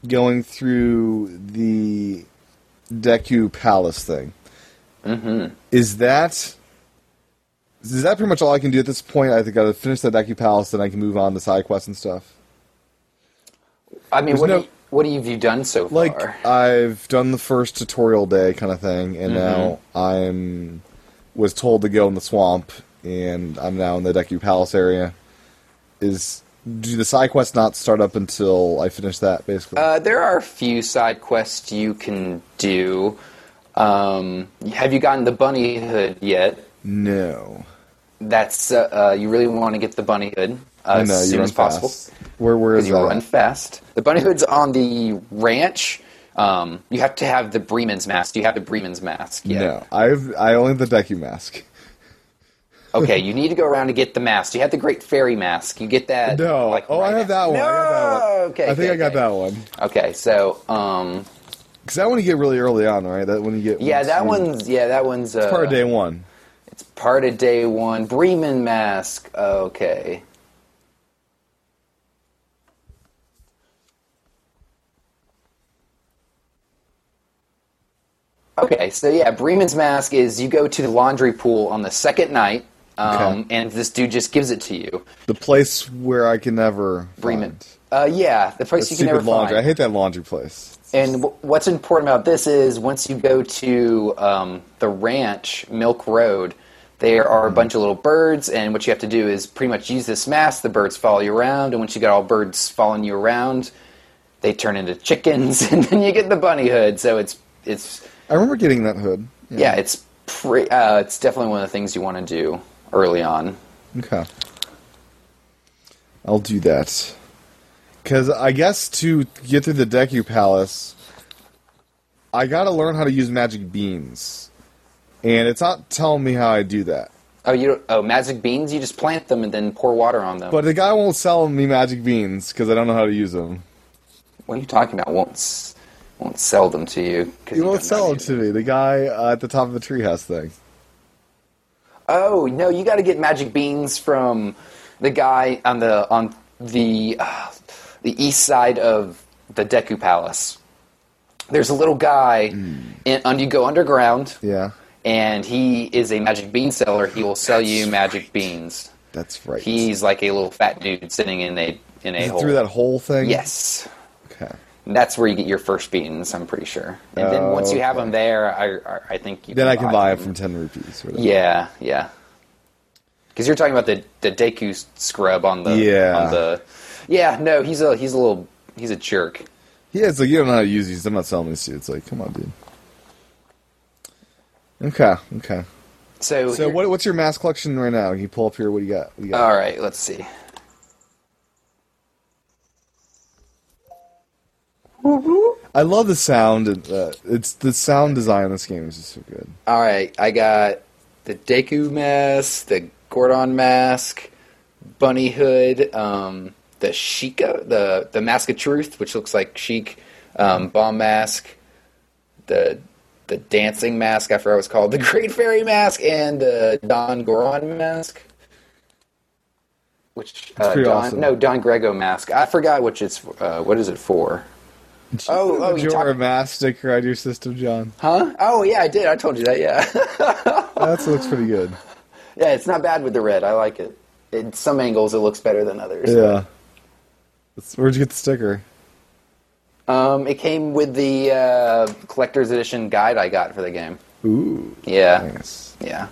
Speaker 2: going through the Deku Palace thing. Mm-hmm. Is that is that pretty much all I can do at this point? I think I gotta finish that Decky Palace, then I can move on to side quests and stuff.
Speaker 3: I mean,
Speaker 2: There's
Speaker 3: what,
Speaker 2: no-
Speaker 3: do you, what have you done so far?
Speaker 2: Like I've done the first tutorial day kind of thing, and now I'm was told to go in the swamp, and I'm now in the Deku Palace area. Is do the side quests not start up until I finish that? Basically,
Speaker 3: Uh, there are a few side quests you can do. Um, have you gotten the bunny hood yet?
Speaker 2: no.
Speaker 3: That's uh, uh, you really want to get the bunny hood uh,
Speaker 2: I know
Speaker 3: as
Speaker 2: you
Speaker 3: soon
Speaker 2: run
Speaker 3: as possible
Speaker 2: fast. Where where is
Speaker 3: because you
Speaker 2: that?
Speaker 3: run fast. The bunny hood's on the ranch. Um, you have to have the Bremen's mask. Do you have the Bremen's mask? Yet?
Speaker 2: No, I've I only have the Deku mask.
Speaker 3: Okay, you need to go around and get the mask. Do you have the Great Fairy mask? You get that?
Speaker 2: No,
Speaker 3: like,
Speaker 2: oh,
Speaker 3: right
Speaker 2: I have that
Speaker 3: now.
Speaker 2: one. I have that
Speaker 3: No!
Speaker 2: one.
Speaker 3: Okay,
Speaker 2: I think
Speaker 3: okay,
Speaker 2: I got
Speaker 3: okay.
Speaker 2: that one
Speaker 3: Okay, so um,
Speaker 2: because that one you get really early on, right? That one you get.
Speaker 3: yeah,
Speaker 2: once
Speaker 3: that
Speaker 2: you-
Speaker 3: one's yeah, that one's uh,
Speaker 2: part of day one.
Speaker 3: Part of day one. Bremen mask. Okay. Okay, so yeah, Bremen's mask is you go to the laundry pool on the second night, um,
Speaker 2: Okay.
Speaker 3: and this dude just gives it to you.
Speaker 2: The place where I can never
Speaker 3: Bremen.
Speaker 2: find.
Speaker 3: Uh, yeah, the place you can never
Speaker 2: Stupid laundry. I
Speaker 3: find.
Speaker 2: hate that laundry place.
Speaker 3: And w- what's important about this is once you go to um, the ranch, Milk Road, there are a bunch of little birds, and what you have to do is pretty much use this mask. The birds follow you around, and once you got all birds following you around, they turn into chickens, and then you get the bunny hood. So it's it's
Speaker 2: I remember getting that hood.
Speaker 3: yeah, it's pre- uh, it's definitely one of the things you want to do early on.
Speaker 2: Okay. I'll do that. Because I guess to get through the Deku Palace, I gotta learn how to use magic beans. And it's not telling me how I do that.
Speaker 3: Oh, you don't, oh magic beans? You just plant them and then pour water on them.
Speaker 2: But the guy won't sell me magic beans because I don't know how to use them.
Speaker 3: what are you talking about? Won't s- won't sell them to you? 'cause
Speaker 2: He
Speaker 3: you
Speaker 2: won't
Speaker 3: don't know
Speaker 2: sell
Speaker 3: how
Speaker 2: them
Speaker 3: use
Speaker 2: to me. The guy uh, at the top of the treehouse thing.
Speaker 3: Oh no, you got to get magic beans from the guy on the on the uh, the east side of the Deku Palace. There's a little guy, and and you go underground,
Speaker 2: Hmm. Yeah,
Speaker 3: and he is a magic bean seller. He will sell you magic beans.
Speaker 2: that's right.
Speaker 3: He's like a little fat dude sitting in a in a
Speaker 2: Is it
Speaker 3: hole.
Speaker 2: through that whole thing.
Speaker 3: Yes.
Speaker 2: Okay.
Speaker 3: And That's where you get your first beans, I'm pretty sure. And then once you have them there, I, I, I think you
Speaker 2: Then I can buy it
Speaker 3: them.
Speaker 2: from ten rupees. Or whatever.
Speaker 3: Yeah, yeah. Because you're talking about the the Deku scrub on the
Speaker 2: Yeah.
Speaker 3: on the yeah. No, he's a he's a little he's a jerk.
Speaker 2: Yeah, it's like you don't know how to use these. I'm not selling these to you. It's like, come on, dude. Okay, okay.
Speaker 3: So
Speaker 2: So
Speaker 3: here- Uh,
Speaker 2: what, what's your mask collection right now? Can you pull up here? What do you got? What do you got?
Speaker 3: All right, let's see.
Speaker 2: I love the sound. and, Uh, it's the sound design in this game is just so good.
Speaker 3: All right, I got the Deku mask, the Gordon mask, bunny hood, um, the Sheikah, the the mask of truth, which looks like Sheik, um, bomb mask, the the dancing mask. I forgot what it's called. The Great Fairy mask and the Don Goron mask. Which uh,
Speaker 2: pretty
Speaker 3: Don,
Speaker 2: awesome.
Speaker 3: no Don Grego mask. I forgot which it's uh, what is it for? Oh, oh,
Speaker 2: Did
Speaker 3: you
Speaker 2: you order a
Speaker 3: talk,
Speaker 2: mask sticker on your system, John?
Speaker 3: huh? Oh yeah, I did. I told you that. Yeah.
Speaker 2: That looks pretty good.
Speaker 3: Yeah, it's not bad with the red. I like it. In some angles, it looks better than others.
Speaker 2: Yeah. That's- where'd you get the sticker?
Speaker 3: Um, it came with the uh, collector's edition guide I got for the game.
Speaker 2: Ooh,
Speaker 3: Yeah.
Speaker 2: nice.
Speaker 3: Yeah.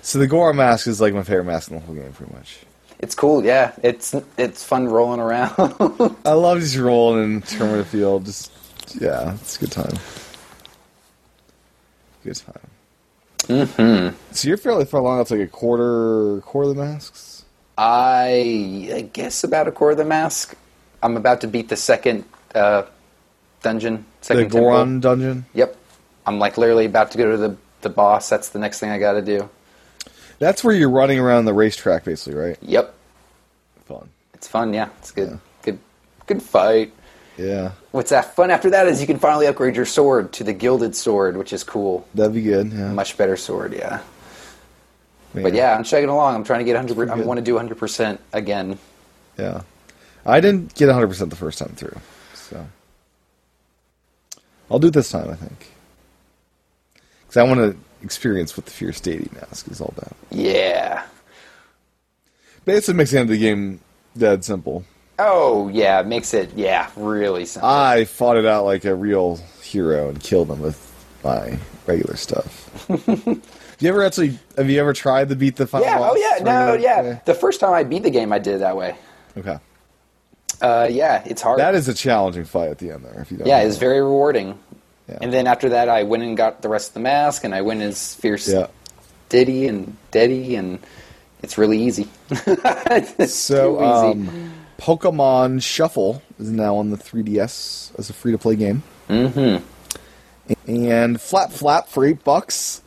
Speaker 2: So the Gora mask is like my favorite mask in the whole game, pretty much.
Speaker 3: It's cool. Yeah. It's it's fun rolling around.
Speaker 2: I love just rolling in Terminator Field. Just yeah, it's a good time. Good time. Mm-hmm.
Speaker 3: Mm-hmm.
Speaker 2: So you're fairly far along. It's like a quarter, quarter of the masks.
Speaker 3: I, I guess about a quarter of the mask. I'm about to beat the second uh, dungeon.
Speaker 2: The
Speaker 3: Second temple.
Speaker 2: Goron dungeon.
Speaker 3: Yep. I'm like literally about to go to the the boss. That's the next thing I got to do.
Speaker 2: That's where you're running around the racetrack, basically, right?
Speaker 3: Yep.
Speaker 2: Fun.
Speaker 3: It's fun. Yeah. It's good.
Speaker 2: Yeah.
Speaker 3: Good. Good fight.
Speaker 2: Yeah,
Speaker 3: What's that fun after that is you can finally upgrade your sword to the gilded sword, which is cool.
Speaker 2: that'd be good. Yeah.
Speaker 3: Much better sword, yeah. But yeah, I'm chugging along. I'm trying to get 100. I
Speaker 2: good.
Speaker 3: want to do 100 percent again.
Speaker 2: yeah. I didn't get 100 percent the first time through, so I'll do it this time. I think because I want to experience with the Fierce Deity mask is all about.
Speaker 3: Yeah.
Speaker 2: But it's what makes the end of the game dead simple.
Speaker 3: Oh yeah, makes it yeah really simple.
Speaker 2: I fought it out like a real hero and killed them with my regular stuff. you ever actually? Have you ever tried to beat the final?
Speaker 3: yeah.
Speaker 2: boss
Speaker 3: Oh yeah.
Speaker 2: or
Speaker 3: No.
Speaker 2: anything?
Speaker 3: Yeah. The first time I beat the game, I did it that way.
Speaker 2: Okay.
Speaker 3: Uh, yeah, it's hard.
Speaker 2: That is a challenging fight at the end there. If you don't.
Speaker 3: yeah,
Speaker 2: know.
Speaker 3: it's very rewarding.
Speaker 2: Yeah.
Speaker 3: And then after that, I went and got the rest of the mask, and I went as fierce
Speaker 2: Yeah.
Speaker 3: Diddy and Deddy, and it's really easy. It's
Speaker 2: So,
Speaker 3: too easy.
Speaker 2: um, Pokemon Shuffle is now on the 3DS as a free to play game. Mm-hmm. And Flap Flap for eight bucks.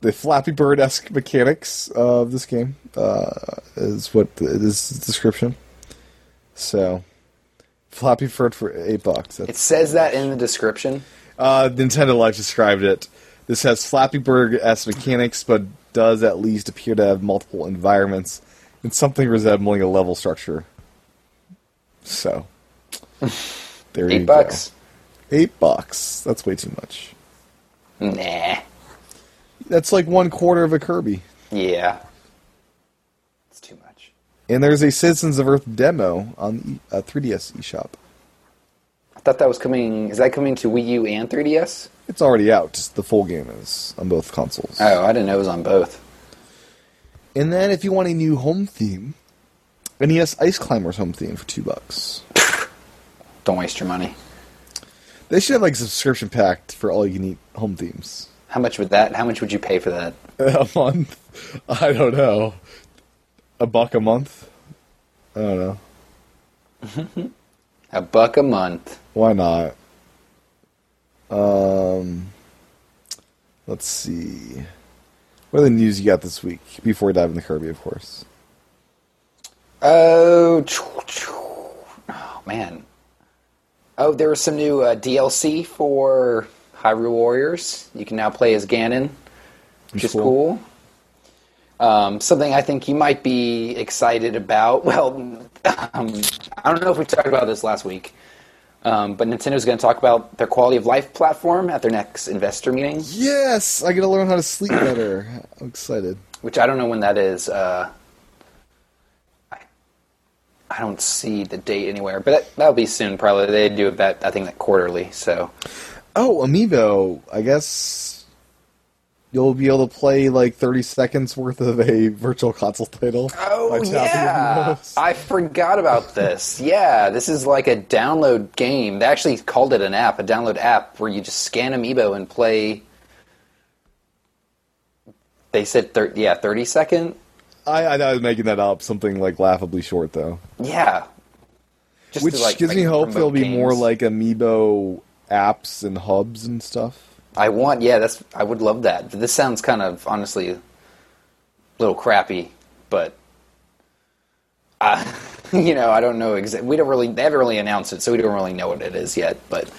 Speaker 2: The Flappy Bird esque mechanics of this game uh, is what the, this is the description. So, Flappy Bird for eight bucks. That's-
Speaker 3: it says that in the description.
Speaker 2: uh, Nintendo Life described it. This has Flappy Bird as mechanics, but does at least appear to have multiple environments and something resembling a level structure. So, there you
Speaker 3: Eight bucks.
Speaker 2: go. Eight bucks. That's way too much.
Speaker 3: Nah.
Speaker 2: That's like one quarter of a Kirby.
Speaker 3: Yeah. It's too much.
Speaker 2: And there's a Citizens of Earth demo on the uh, 3DS eShop.
Speaker 3: I thought that was coming. Is that coming to Wii U and 3DS?
Speaker 2: It's already out. The full game is on both consoles.
Speaker 3: Oh, I didn't know it was on both.
Speaker 2: And then if you want a new home theme, NES Ice Climbers home theme for two bucks.
Speaker 3: Don't waste your money.
Speaker 2: They should have like a subscription packed for all you can eat home themes
Speaker 3: How much would that? How much would you pay for that?
Speaker 2: a month. I don't know, a buck a month. I don't know.
Speaker 3: A buck a month.
Speaker 2: Why not? Um, let's see. What are the news you got this week? Before we dive into Kirby, of course.
Speaker 3: Oh, choo- choo. oh man. Oh, there was some new uh, DLC for Hyrule Warriors. You can now play as Ganon, which is
Speaker 2: Cool.
Speaker 3: cool. Um, something I think you might be excited about. Well, um, I don't know if we talked about this last week, um, but Nintendo's going to talk about their quality of life platform at their next investor meeting,
Speaker 2: Yes, I got to learn how to sleep better. I'm excited.
Speaker 3: which I don't know when that is. Uh, I, I don't see the date anywhere, but that, that'll be soon probably. They do that I think that quarterly. So
Speaker 2: Oh, Amiibo. I guess you'll be able to play like 30 seconds worth of a virtual console title. by tapping the mouse.
Speaker 3: Oh, I forgot about this. yeah, this is like a download game. They actually called it an app, a download app where you just scan Amiibo and play. They said thir- yeah, thirty second.
Speaker 2: I, I, was making that up. Something like laughably short, though.
Speaker 3: Yeah. Just
Speaker 2: Which
Speaker 3: to, like,
Speaker 2: gives me
Speaker 3: like,
Speaker 2: hope there'll
Speaker 3: promote
Speaker 2: be more
Speaker 3: games.
Speaker 2: like Amiibo apps and hubs and stuff.
Speaker 3: I want, yeah, that's I would love that. But this sounds kind of honestly a little crappy, but uh, you know, I don't know exactly. We don't really they haven't really announced it, so we don't really know what it is yet. But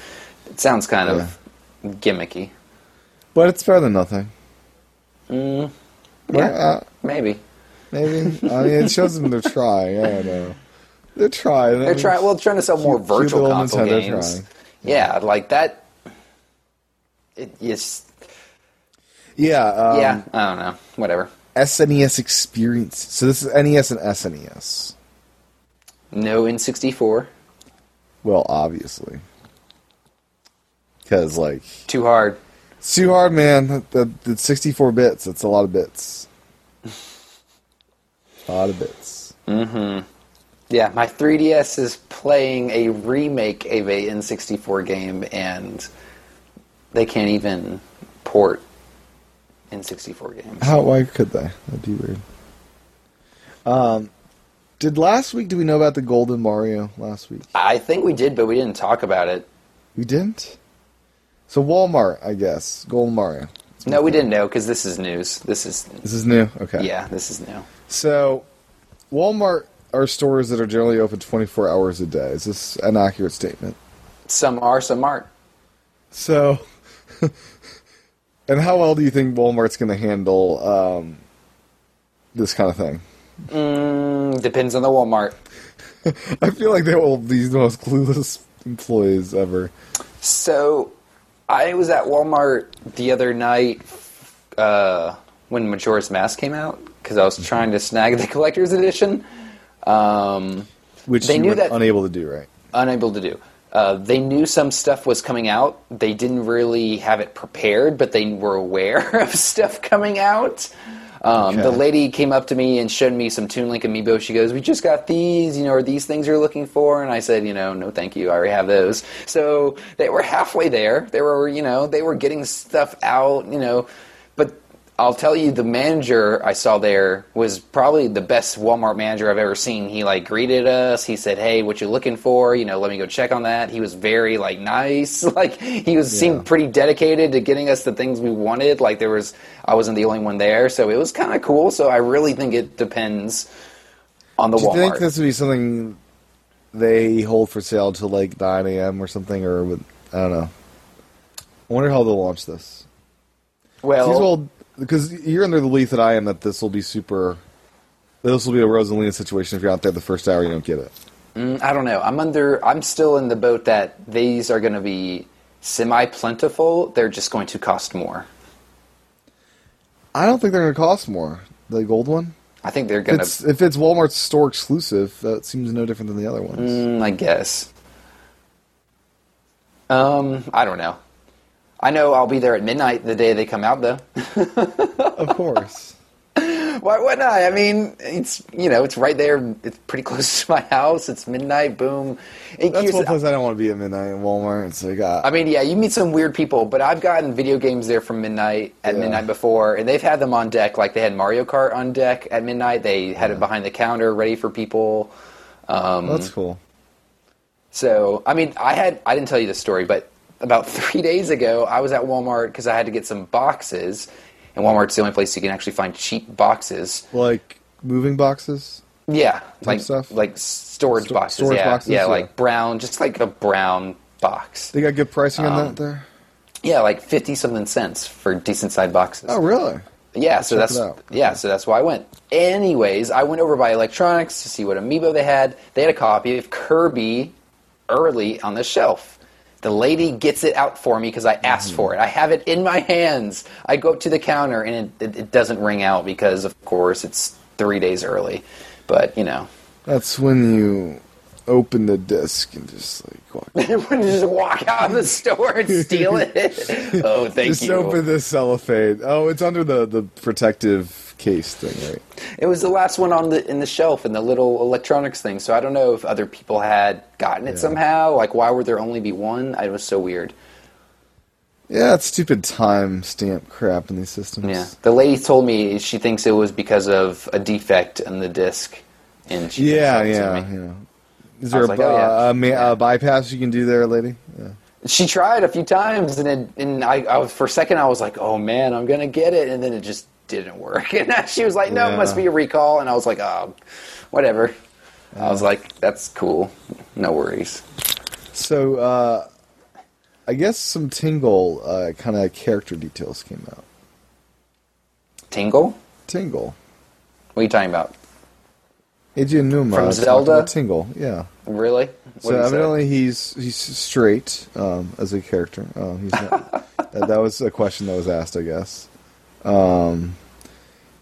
Speaker 3: it sounds kind of gimmicky.
Speaker 2: But it's better than nothing. Mm, yeah.
Speaker 3: Maybe
Speaker 2: maybe. I mean, it shows them they're trying. I don't know. They're trying.
Speaker 3: they're trying. Well, trying to sell more
Speaker 2: Cute- cute
Speaker 3: virtual
Speaker 2: little
Speaker 3: console
Speaker 2: Nintendo
Speaker 3: games.
Speaker 2: trying.
Speaker 3: Yeah. like that. It, it's
Speaker 2: yeah. Um,
Speaker 3: yeah. I don't know. Whatever.
Speaker 2: SNES E experience. So this is NES and E SNES.
Speaker 3: No N sixty four.
Speaker 2: Well, obviously, because like
Speaker 3: Too hard.
Speaker 2: it's too hard, man. That- that- That's sixty-four bits. That's a lot of bits. a lot of bits.
Speaker 3: Yeah, my 3DS is playing a remake of a N64 game, and they can't even port N64 games.
Speaker 2: How? Why could they? That'd be weird. Um, did last week? Do we know about the Golden Mario last week?
Speaker 3: I think we did, but we didn't talk about it.
Speaker 2: We didn't. So Walmart, I guess. Golden Mario.
Speaker 3: No, we didn't know because this is news. This is
Speaker 2: This is new. Okay.
Speaker 3: yeah, this is new.
Speaker 2: So, Walmart are stores that are generally open 24 hours a day. Is this an accurate statement?
Speaker 3: Some are, some aren't.
Speaker 2: So, and how well do you think Walmart's going to handle um, this kind of thing?
Speaker 3: Mm, depends on the Walmart.
Speaker 2: I feel like they will be the most clueless employees ever.
Speaker 3: So, I was at Walmart the other night uh, when Majora's Mask came out because I was trying to snag the collector's edition. Um,
Speaker 2: Which
Speaker 3: They
Speaker 2: you
Speaker 3: knew
Speaker 2: were
Speaker 3: that-
Speaker 2: unable to do, right?
Speaker 3: unable to do. Uh, they knew some stuff was coming out. They didn't really have it prepared, but they were aware of stuff coming out. Um, The
Speaker 2: Okay.
Speaker 3: lady came up to me and showed me some Toon Link amiibo. She goes, "We just got these. You know, are these things you're looking for?" And I said, "You know, no, thank you. I already have those." So they were halfway there. They were, you know, they were getting stuff out. You know, but I'll tell you, the manager I saw there was probably the best Walmart manager I've ever seen. He like greeted us. He said, "Hey, what you looking for? You know, let me go check on that." He was very like nice. Like he was seemed pretty dedicated to getting us the things we wanted. Like there was, I wasn't the only one there, so it was kind of cool. So I really think it depends on the
Speaker 2: Do you
Speaker 3: Walmart.
Speaker 2: think this would be something they hold for sale till like 9 a.m. or something? Or would, I don't know. I wonder how they'll launch this.
Speaker 3: well,
Speaker 2: These will because you're under the belief that I am that this will be super. This will be a Rosalina situation. If you're out there the first hour, you don't get it.
Speaker 3: mm, I don't know. I'm under. I'm still in the boat that these are going to be semi plentiful. They're just going to cost more.
Speaker 2: I don't think they're going to cost more. The gold one.
Speaker 3: I think they're
Speaker 2: If
Speaker 3: going
Speaker 2: it's,
Speaker 3: to.
Speaker 2: if it's Walmart's store exclusive, that seems no different than the other ones.
Speaker 3: I guess. Um, I don't know. I know I'll be there at midnight the day they come out, though.
Speaker 2: Of course.
Speaker 3: Why wouldn't I? I mean, it's you know, it's right there. It's pretty close to my house. It's midnight. Boom. And
Speaker 2: That's
Speaker 3: here's-
Speaker 2: one place I don't want to be at midnight in Walmart. It's like, uh,
Speaker 3: I mean, yeah, you meet some weird people, but I've gotten video games there from midnight at
Speaker 2: Yeah.
Speaker 3: midnight before, and they've had them on deck. Like they had Mario Kart on deck at midnight. They had it behind the counter, ready for people. Um,
Speaker 2: that's cool.
Speaker 3: so, I mean, I had I didn't tell you the story, but about three days ago, I was at Walmart because I had to get some boxes, and Walmart's the only place you can actually find cheap boxes.
Speaker 2: Like moving boxes.
Speaker 3: Yeah, like
Speaker 2: stuff?
Speaker 3: like storage
Speaker 2: Sto-
Speaker 3: boxes.
Speaker 2: storage
Speaker 3: yeah,
Speaker 2: boxes,
Speaker 3: yeah,
Speaker 2: yeah.
Speaker 3: like brown, just like a brown box.
Speaker 2: They got good pricing on
Speaker 3: Um,
Speaker 2: that there.
Speaker 3: Yeah, like fifty something cents for decent sized boxes.
Speaker 2: Oh, really?
Speaker 3: Yeah, so
Speaker 2: check
Speaker 3: that's
Speaker 2: it out.
Speaker 3: yeah, so that's why I went. Anyways, I went over by electronics to see what amiibo they had. They had a copy of Kirby early on the shelf. The lady gets it out for me because I asked for it. I have it in my hands. I go up to the counter and it, it, it doesn't ring out because, of course, it's three days early. But you know,
Speaker 2: That's when you open the disc and just like walk.
Speaker 3: I wouldn't just walk out of the store and steal it. oh, thank
Speaker 2: just
Speaker 3: you.
Speaker 2: open the cellophane. Oh, it's under the the protective case thing, right?
Speaker 3: It was the last one on the in the shelf in the little electronics thing. So I don't know if other people had gotten it
Speaker 2: Yeah.
Speaker 3: somehow. Like, why would there only be one? It was so weird.
Speaker 2: Yeah, it's stupid time stamp crap in these systems.
Speaker 3: Yeah, the lady told me she thinks it was because of a defect in the disc, and she
Speaker 2: Yeah,
Speaker 3: showed it to
Speaker 2: yeah,
Speaker 3: me.
Speaker 2: yeah. Is there
Speaker 3: I
Speaker 2: a,
Speaker 3: was like, oh, yeah.
Speaker 2: uh, a ma-
Speaker 3: Yeah.
Speaker 2: a bypass you can do there, lady? Yeah.
Speaker 3: She tried a few times, and it, and I, I was for a second I was like, oh man, I'm gonna get it, and then it just didn't work. And she was like, no,
Speaker 2: Yeah.
Speaker 3: it must be a recall, and I was like, oh, whatever. I was like, that's cool, no worries.
Speaker 2: So, uh, I guess some Tingle uh, kind of character details came out.
Speaker 3: Tingle,
Speaker 2: Tingle,
Speaker 3: what are you talking about?
Speaker 2: Adrian Numa
Speaker 3: From
Speaker 2: talked
Speaker 3: Zelda?
Speaker 2: about Tingle, yeah.
Speaker 3: Really? What
Speaker 2: so
Speaker 3: is that?
Speaker 2: evidently he's he's straight um, as a character. Um, he's not, that, that was a question that was asked, I guess. Um,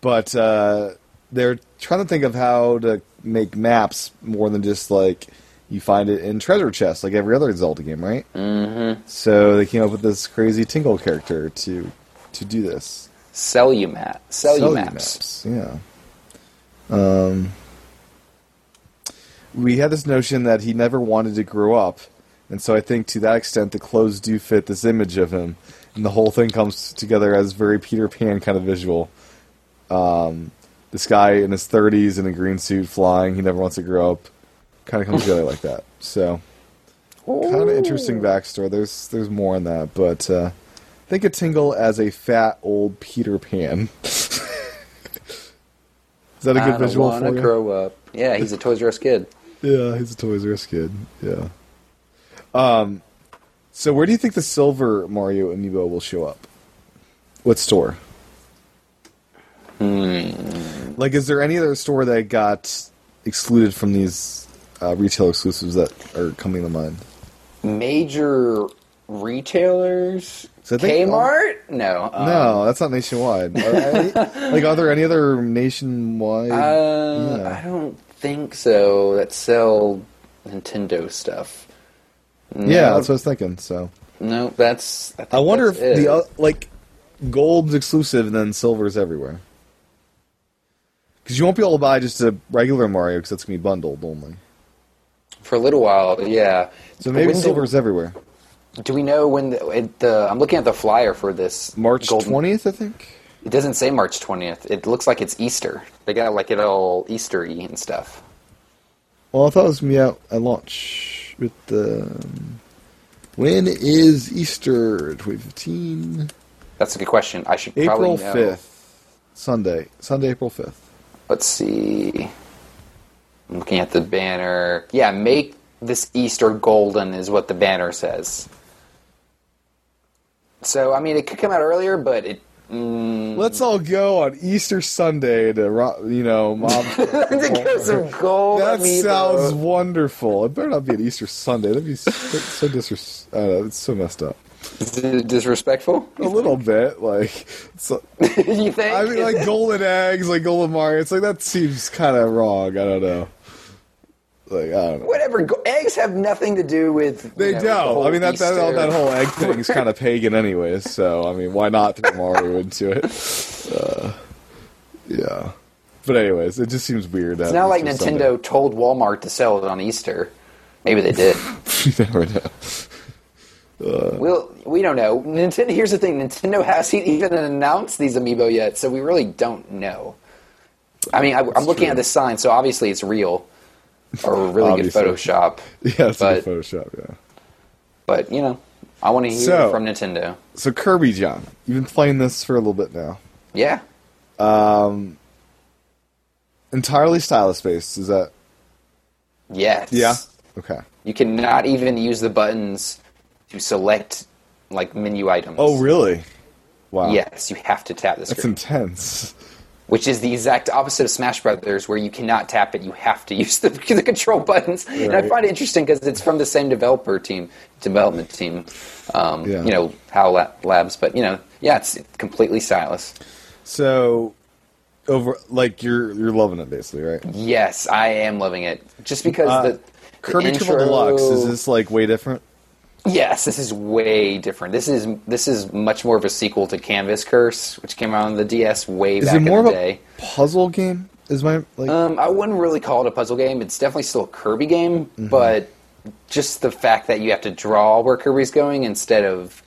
Speaker 2: but uh, they're trying to think of how to make maps more than just like you find it in treasure chests, like every other Zelda game, right? Mm-hmm. So they came up with this crazy Tingle character to to do this.
Speaker 3: Sell you mat. Sell you
Speaker 2: Cellular
Speaker 3: maps.
Speaker 2: Yeah. Um, we had this notion that he never wanted to grow up, and so I think to that extent the clothes do fit this image of him, and the whole thing comes together as very Peter Pan kind of visual. Um, this guy in his 30s in a green suit flying, he never wants to grow up, kind of comes together like that. So kind of interesting backstory. There's there's more on that, but uh, think of Tingle as a fat old Peter Pan. Is that a
Speaker 3: I
Speaker 2: good
Speaker 3: don't
Speaker 2: visual
Speaker 3: wanna
Speaker 2: for you?
Speaker 3: grow up. Yeah, he's a Toys R Us kid.
Speaker 2: Yeah, he's a Toys R Us kid. Yeah. Um, so where do you think the silver Mario amiibo will show up? What store? Hmm. Like, is there any other store that got excluded from these uh, retail exclusives that are coming to mind?
Speaker 3: Major retailers
Speaker 2: So I
Speaker 3: Kmart? No. um,
Speaker 2: no, that's not nationwide. Are- are- like, are there any other nationwide?
Speaker 3: Uh,
Speaker 2: Yeah.
Speaker 3: I don't think so. That sell Nintendo stuff. No,
Speaker 2: yeah, that's what I was thinking. So
Speaker 3: no, that's. think
Speaker 2: I wonder if
Speaker 3: that's it.
Speaker 2: the uh, like gold's exclusive and then silver's everywhere. Because you won't be able to buy just a regular Mario because that's gonna be bundled only.
Speaker 3: for a little while, yeah.
Speaker 2: So maybe
Speaker 3: When do-
Speaker 2: silver's everywhere.
Speaker 3: Do we know when the, it, the? I'm looking at the flyer for this
Speaker 2: March
Speaker 3: golden-
Speaker 2: twentieth, I think.
Speaker 3: It doesn't say March twentieth. It looks like it's Easter. They got like it all Eastery and stuff.
Speaker 2: Well, I thought it was gonna be out at launch with the. Um, when is Easter? Twenty fifteen.
Speaker 3: That's a good question. I should
Speaker 2: April
Speaker 3: probably know.
Speaker 2: fifth, Sunday. Sunday, April fifth.
Speaker 3: Let's see. I'm looking at the banner. Yeah, make this Easter golden is what the banner says. So I mean, it could come out earlier, but it. Mm,
Speaker 2: Let's all go on Easter Sunday to ro- you know mom.
Speaker 3: get some gold.
Speaker 2: that
Speaker 3: amiibo.
Speaker 2: sounds wonderful. It better not be an Easter Sunday. That'd be so, so disres. I don't know. It's so messed up.
Speaker 3: Dis- disrespectful.
Speaker 2: A little bit, like so,
Speaker 3: you think?
Speaker 2: I mean, like golden eggs, like golden Mario. It's like that seems kind of wrong. I don't know. Like I don't know.
Speaker 3: whatever. Go- eggs have nothing to do with.
Speaker 2: They
Speaker 3: you know,
Speaker 2: do.
Speaker 3: the whole
Speaker 2: I mean, that that,
Speaker 3: Easter.
Speaker 2: that whole egg thing is kind of pagan, anyways. So I mean, why not throw Mario into it? Uh, yeah. But anyways, it just seems weird.
Speaker 3: It's not like Nintendo told Walmart to sell it on Easter. Maybe they did.
Speaker 2: you never know.
Speaker 3: well, we don't know. Nintendo. Here's the thing: Nintendo hasn't even announced these amiibo yet, so we really don't know. I mean, I, I'm looking
Speaker 2: true.
Speaker 3: at this sign, so obviously it's real or really good
Speaker 2: Obviously.
Speaker 3: Photoshop.
Speaker 2: Yeah, it's
Speaker 3: but
Speaker 2: like Photoshop. Yeah.
Speaker 3: but you know, I want to hear
Speaker 2: So-
Speaker 3: from Nintendo.
Speaker 2: So Kirby, John, you've been playing this for a little bit now.
Speaker 3: Yeah,
Speaker 2: Entirely stylus based. Is that?
Speaker 3: yes,
Speaker 2: Okay.
Speaker 3: You cannot even use the buttons to select like menu items.
Speaker 2: Oh, really? Wow.
Speaker 3: Yes, you have to tap the
Speaker 2: That's
Speaker 3: screen,
Speaker 2: intense.
Speaker 3: which is the exact opposite of Smash Brothers, where you cannot tap it; you have to use the, the control buttons. And I
Speaker 2: Right.
Speaker 3: find it interesting because it's from the same developer team, development team. Um,
Speaker 2: Yeah.
Speaker 3: You know, Howl La- Labs, but you know, yeah, it's completely stylus.
Speaker 2: So, over like you're you're loving it basically, right?
Speaker 3: Yes, I am loving it, just because
Speaker 2: Uh,
Speaker 3: the, the
Speaker 2: Kirby
Speaker 3: intro,
Speaker 2: Triple Deluxe is this like way different?
Speaker 3: Yes, this is way different. This is this is much more of a sequel to Canvas Curse, which came out on the DS way
Speaker 2: Is
Speaker 3: back
Speaker 2: it more
Speaker 3: in
Speaker 2: of
Speaker 3: the
Speaker 2: a
Speaker 3: day.
Speaker 2: puzzle game? Is my like
Speaker 3: Um, I wouldn't really call it a puzzle game. It's definitely still a Kirby game, but just the fact that you have to draw where Kirby's going instead of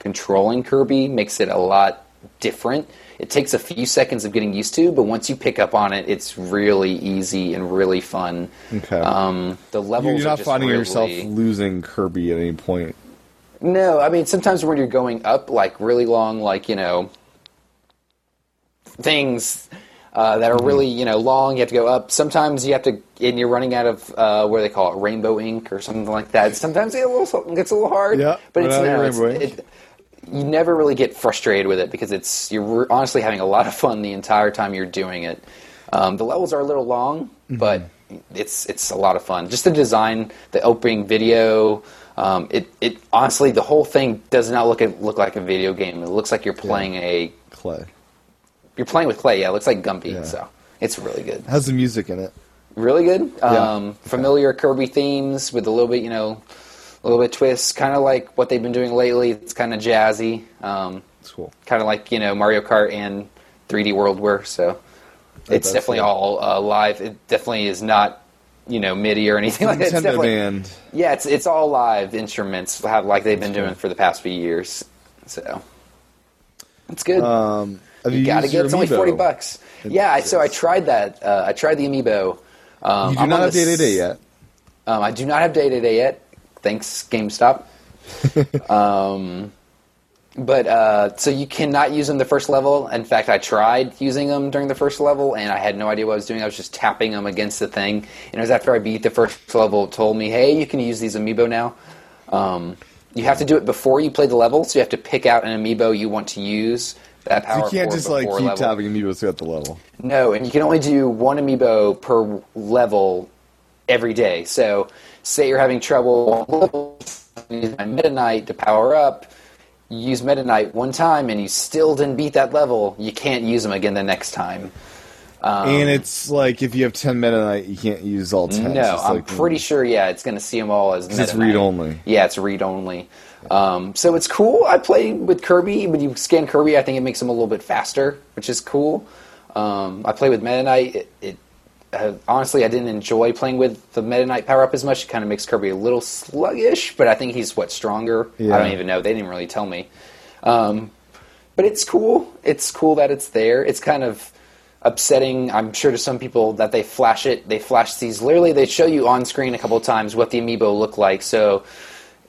Speaker 3: controlling Kirby makes it a lot different. It takes a few seconds of getting used to, but once you pick up on it, it's really easy and really fun.
Speaker 2: Okay.
Speaker 3: Um, the levels
Speaker 2: you're
Speaker 3: are
Speaker 2: not
Speaker 3: just
Speaker 2: finding
Speaker 3: really...
Speaker 2: yourself losing Kirby at any point?
Speaker 3: No, I mean sometimes when you're going up like really long, like you know, things uh,
Speaker 2: Mm-hmm.
Speaker 3: that are really you know long, you have to go up. Sometimes you have to, and you're running out of uh, what do they call it, rainbow ink or something like that. Sometimes it a little gets a little hard.
Speaker 2: Yeah,
Speaker 3: but it's
Speaker 2: run out
Speaker 3: no,
Speaker 2: of
Speaker 3: it's,
Speaker 2: rainbow ink.
Speaker 3: it, you never really get frustrated with it because it's you're re- honestly having a lot of fun the entire time you're doing it. Um, the levels are a little long,
Speaker 2: Mm-hmm.
Speaker 3: but it's it's a lot of fun. Just the design, the opening video, um, it it honestly the whole thing does not look look like a video game. It looks like you're playing a
Speaker 2: Clay
Speaker 3: you're playing with clay. Yeah, it looks like Gumpy.
Speaker 2: Yeah.
Speaker 3: So it's really good,
Speaker 2: It has the music in it.
Speaker 3: really good.
Speaker 2: Yeah.
Speaker 3: Um, Familiar Kirby themes with a little bit you know a little bit twist, kind of like what they've been doing lately. It's kind of jazzy. Um,
Speaker 2: It's cool.
Speaker 3: kind of like you know Mario Kart and 3D World were. So it's
Speaker 2: that's
Speaker 3: definitely
Speaker 2: cool.
Speaker 3: all uh, live. It definitely is not you know MIDI or anything like that. It's
Speaker 2: Nintendo
Speaker 3: definitely-
Speaker 2: Band.
Speaker 3: Yeah, it's it's all live instruments, how- like they've been doing for the past few years. So it's good.
Speaker 2: Um, Have
Speaker 3: you gotta
Speaker 2: used
Speaker 3: get
Speaker 2: Uh, your
Speaker 3: it. It's only
Speaker 2: Amiibo?
Speaker 3: forty bucks. Yeah, I, so I tried that. Uh, I tried the amiibo. Um,
Speaker 2: You do
Speaker 3: I'm
Speaker 2: not
Speaker 3: on
Speaker 2: have
Speaker 3: the
Speaker 2: day to
Speaker 3: s-
Speaker 2: day yet.
Speaker 3: um, I do not have day to day yet. Thanks, GameStop. um, but uh, so you cannot use them the first level. In fact, I tried using them during the first level, and I had no idea what I was doing. I was just tapping them against the thing, and it was after I beat the first level. It told me, "Hey, you can use these amiibo now." Um, you have to do it before you play the level, so you have to pick out an amiibo you want to use. That power
Speaker 2: You can't
Speaker 3: four
Speaker 2: just like
Speaker 3: before
Speaker 2: keep
Speaker 3: level.
Speaker 2: tapping Amiibos throughout the level.
Speaker 3: No, and you can only do one amiibo per level every day. So, say you're having trouble, with my Meta Knight to power up. you use Meta Knight one time and you still didn't beat that level, you can't use them again the next time. Um,
Speaker 2: and it's like if you have ten Meta Knight, you can't use all ten. It's
Speaker 3: No,
Speaker 2: just
Speaker 3: I'm
Speaker 2: like,
Speaker 3: pretty sure. Yeah, it's going to see them all as
Speaker 2: it's
Speaker 3: Meta Knight.
Speaker 2: read-only.
Speaker 3: Yeah, it's read only. Um, so it's cool. I play with Kirby. When you scan Kirby, I think it makes him a little bit faster, which is cool. Um, I play with Meta Knight. It, it uh, honestly, I didn't enjoy playing with the Meta Knight power up as much. It kind of makes Kirby a little sluggish, but I think he's what stronger. I
Speaker 2: Yeah.
Speaker 3: don't even know. They didn't really tell me. Um, but it's cool. It's cool that it's there. It's kind of upsetting, I'm sure, to some people that they flash it. They flash these. Literally, they show you on screen a couple of times what the amiibo look like. So,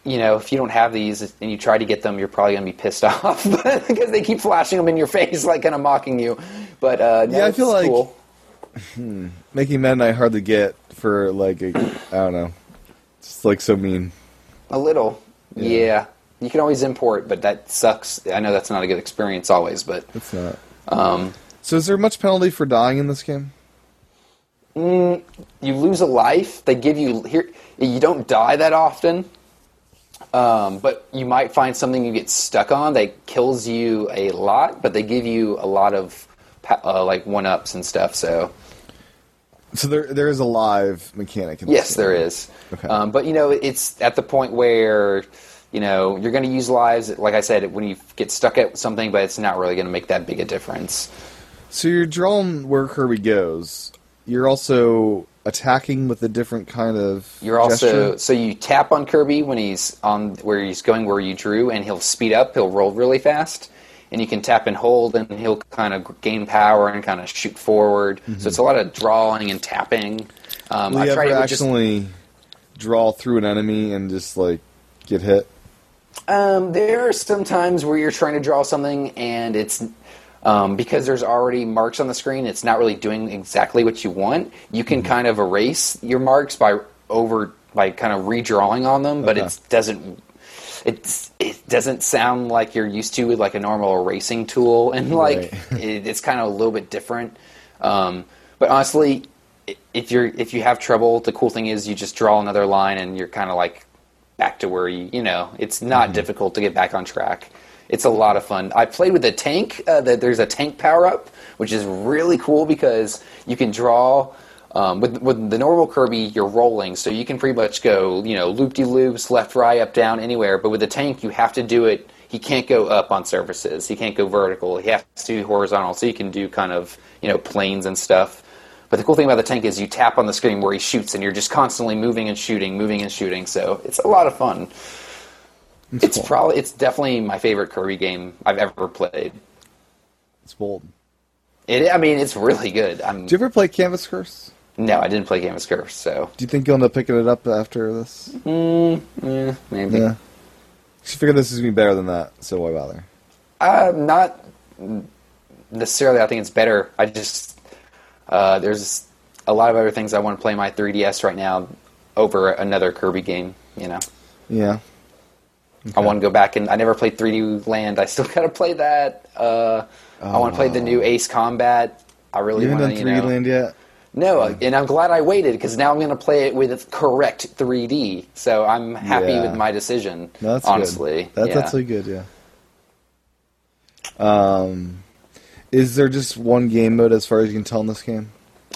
Speaker 3: you know, if you don't have these and you try to get them, you're probably going to be pissed off because they keep flashing them in your face, like kind of mocking you. But uh, no,
Speaker 2: Yeah, I
Speaker 3: it's
Speaker 2: feel like-
Speaker 3: cool.
Speaker 2: making Meta Knight hard to get for like a, I don't know, just like so mean.
Speaker 3: a little. Yeah. you can always import, but that sucks. I know that's not a good experience always, but
Speaker 2: It's not.
Speaker 3: um,
Speaker 2: So is there much penalty for dying in this game?
Speaker 3: you lose a life. They give you here. You don't die that often, um, but you might find something you get stuck on that kills you a lot. But they give you a lot of pa- uh, like one ups and stuff. So
Speaker 2: So there there is a live mechanic. in this
Speaker 3: yes,
Speaker 2: game.
Speaker 3: there is.
Speaker 2: Okay.
Speaker 3: Um, but you know, it's at the point where you know you're going to use lives. Like I said, when you get stuck at something, but it's not really going to make that big a difference.
Speaker 2: So you're drawing where Kirby goes. You're also attacking with a different kind of.
Speaker 3: You're also
Speaker 2: gesture?
Speaker 3: so you tap on Kirby when he's on where he's going where you drew, and he'll speed up. He'll roll really fast, and you can tap and hold, and he'll kind of gain power and kind of shoot forward. So it's a lot of drawing and tapping.
Speaker 2: Mm-hmm.
Speaker 3: Um,
Speaker 2: Will
Speaker 3: I
Speaker 2: you
Speaker 3: tried
Speaker 2: ever
Speaker 3: it with just-
Speaker 2: actually draw through an enemy and just like get hit?
Speaker 3: Um, there are some times where you're trying to draw something and it's um, because there's already marks on the screen. It's not really doing exactly what you want. You can kind of erase your marks by over by kind of redrawing on them, but
Speaker 2: Okay.
Speaker 3: it doesn't. It's, it doesn't sound like you're used to with like a normal erasing tool, and like
Speaker 2: Right.
Speaker 3: it, it's kind of a little bit different. Um, but honestly, i- if you're if you have trouble, the cool thing is you just draw another line, and you're kind of like back to where you you know it's not difficult to get back on track. It's a lot of fun. I played with the tank. Uh, that there's a tank power up, which is really cool because you can draw. Um, with with the normal Kirby, you're rolling, so you can pretty much go, you know, loop de loops, left, right, up, down, anywhere. But with the tank, you have to do it he can't go up on surfaces. He can't go vertical. He has to do horizontal. So you can do kind of you know planes and stuff. But the cool thing about the tank is you tap on the screen where he shoots, and you're just constantly moving and shooting, moving and shooting. So it's a lot of fun. it's probably it's definitely my favorite Kirby game I've ever played.
Speaker 2: It's bold.
Speaker 3: It, I mean, it's really good. I'm,
Speaker 2: Do you ever play Canvas Curse?
Speaker 3: no, I didn't play Game of Curve, so
Speaker 2: Do you think you'll end up picking it up after this?
Speaker 3: Mm-hmm. maybe.
Speaker 2: Yeah. She figured this is gonna be better than that, so why bother?
Speaker 3: Uh, not necessarily. I think it's better. I just uh, there's a lot of other things I want to play my 3DS right now over another Kirby game. You know,
Speaker 2: Yeah.
Speaker 3: I want to go back and I never played 3D Land. I still gotta play that. Uh, I want to play the new Ace Combat. I really
Speaker 2: Oh. you
Speaker 3: want
Speaker 2: haven't
Speaker 3: to.
Speaker 2: done
Speaker 3: You
Speaker 2: 3D
Speaker 3: know,
Speaker 2: Land yet.
Speaker 3: no, uh, and I'm glad I waited because now I'm gonna play it with correct 3D. So I'm happy
Speaker 2: Yeah.
Speaker 3: with my decision.
Speaker 2: No, that's good.
Speaker 3: honestly,
Speaker 2: That-
Speaker 3: Yeah.
Speaker 2: that's really good. Yeah. Um, is there just one game mode as far as you can tell in this game?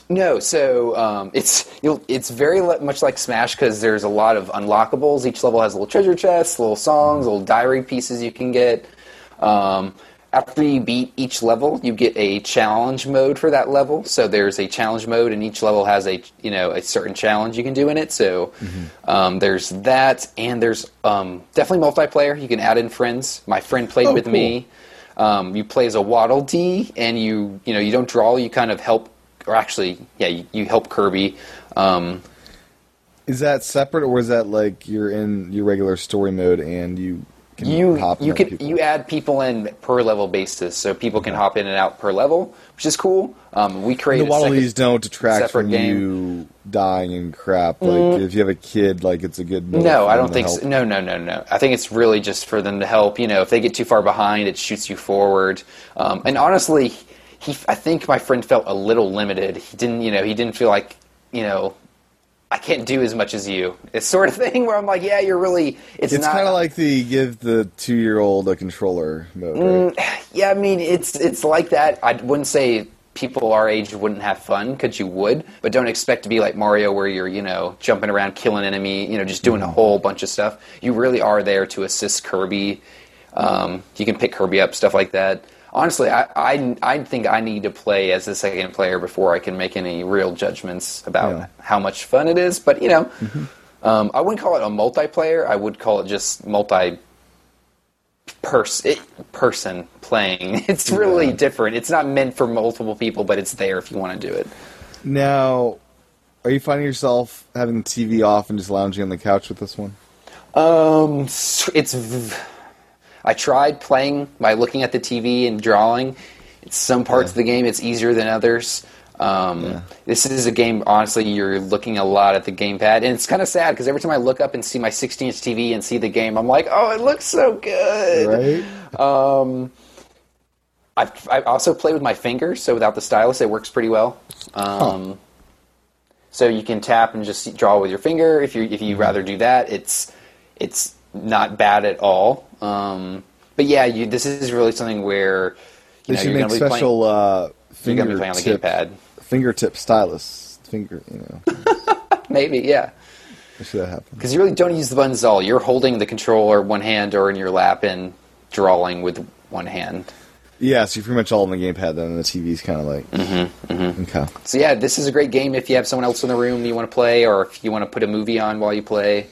Speaker 3: No, so um, it's you'll, it's very le- much like Smash because there's a lot of unlockables. Each level has little treasure chests, little songs, little diary pieces you can get. Um, after you beat each level, you get a challenge mode for that level. So there's a challenge mode, and each level has a you know a certain challenge you can do in it. So
Speaker 2: Mm-hmm.
Speaker 3: um, there's that, and there's um, definitely multiplayer. You can add in friends. My friend played
Speaker 2: Oh,
Speaker 3: with me.
Speaker 2: cool.
Speaker 3: Um, you play as a Waddle Dee, and you you know you don't draw. You kind of help, or actually, yeah, you, you help Kirby. Um,
Speaker 2: Is that separate, or is that like you're in your regular story mode and you can
Speaker 3: you
Speaker 2: hop in
Speaker 3: you
Speaker 2: other
Speaker 3: can
Speaker 2: people?
Speaker 3: you add people in per level basis, so people can hop in and out per level, which is cool. Um, we
Speaker 2: the
Speaker 3: created a second-
Speaker 2: Waddleys don't detract
Speaker 3: separate
Speaker 2: from
Speaker 3: game.
Speaker 2: you dying and crap. Like if you have a kid, like it's a good. mode
Speaker 3: No,
Speaker 2: for
Speaker 3: I
Speaker 2: them
Speaker 3: don't
Speaker 2: to
Speaker 3: think
Speaker 2: help.
Speaker 3: so. No, no, no, no. I think it's really just for them to help. You know, if they get too far behind, it shoots you forward. Um, and honestly, he, I think my friend felt a little limited. He didn't, you know, he didn't feel like, you know, I can't do as much as you. It's sort of thing where I'm like, yeah, you're really. It's,
Speaker 2: It's
Speaker 3: not
Speaker 2: kind of like the give the two year old a controller mode. Right?
Speaker 3: Yeah, I mean, it's it's like that. I wouldn't say people our age wouldn't have fun because you would, but don't expect to be like Mario, where you're you know jumping around, killing enemy, you know, just doing a whole bunch of stuff. You really are there to assist Kirby. Um, you can pick Kirby up, stuff like that. Honestly, I, I I think I need to play as a second player before I can make any real judgments about
Speaker 2: Yeah.
Speaker 3: how much fun it is. But you know, um, I wouldn't call it a multiplayer. I would call it just multi pers- it, person playing. It's really different. It's not meant for multiple people, but it's there if you want to do it.
Speaker 2: Now, are you finding yourself having the TV off and just lounging on the couch with this one?
Speaker 3: Um, s- it's. v- I tried playing by looking at the TV and drawing. It's some parts of the game it's easier than others. Um,
Speaker 2: Yeah.
Speaker 3: This is a game, honestly, you're looking a lot at the gamepad, and it's kind of sad because every time I look up and see my 16 inch TV and see the game, I'm like, oh, it looks so good.
Speaker 2: Right?
Speaker 3: I've, I also play with my fingers, so without the stylus, it works pretty well. Um, So you can tap and just draw with your finger. If you if
Speaker 2: Mm-hmm.
Speaker 3: you rather do that, it's it's not bad at all. Um, but yeah, you, this is really something where you
Speaker 2: They
Speaker 3: know,
Speaker 2: should
Speaker 3: you're
Speaker 2: make
Speaker 3: gonna be playing-
Speaker 2: special uh,
Speaker 3: You're gonna be
Speaker 2: fingertip,
Speaker 3: playing on the gamepad.
Speaker 2: fingertip stylus. Finger, you know,
Speaker 3: maybe yeah.
Speaker 2: should that happen?
Speaker 3: Because you really don't use the buttons at all. You're holding the controller one hand or in your lap and drawing with one hand.
Speaker 2: Yeah, so you're pretty much all on the gamepad then, and the TV's kind of like,
Speaker 3: Mm-hmm,
Speaker 2: okay.
Speaker 3: So yeah, this is a great game if you have someone else in the room you want to play, or if you want to put a movie on while you play.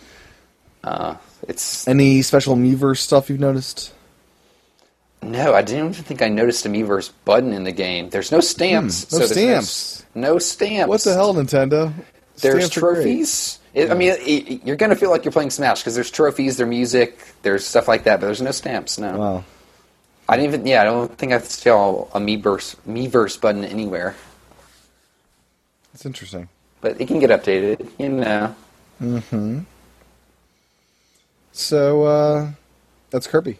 Speaker 3: Uh, it's
Speaker 2: Any special Miiverse stuff you've noticed?
Speaker 3: no, I didn't even think I noticed a Miiverse button in the game. There's no stamps.
Speaker 2: Hmm, no
Speaker 3: so there's no s-
Speaker 2: stamps.
Speaker 3: No, stamps.
Speaker 2: What the hell, Nintendo?
Speaker 3: There's
Speaker 2: Stamps are great.
Speaker 3: trophies. It, I mean, it, it- you're gonna feel like you're playing Smash because there's trophies, there's music, there's stuff like that, but there's no stamps. No,
Speaker 2: Wow.
Speaker 3: I didn't even. Yeah, I don't think I saw a Miiverse Miiverse button anywhere,
Speaker 2: That's interesting.
Speaker 3: but it can get updated. You know.
Speaker 2: So, uh, that's Kirby.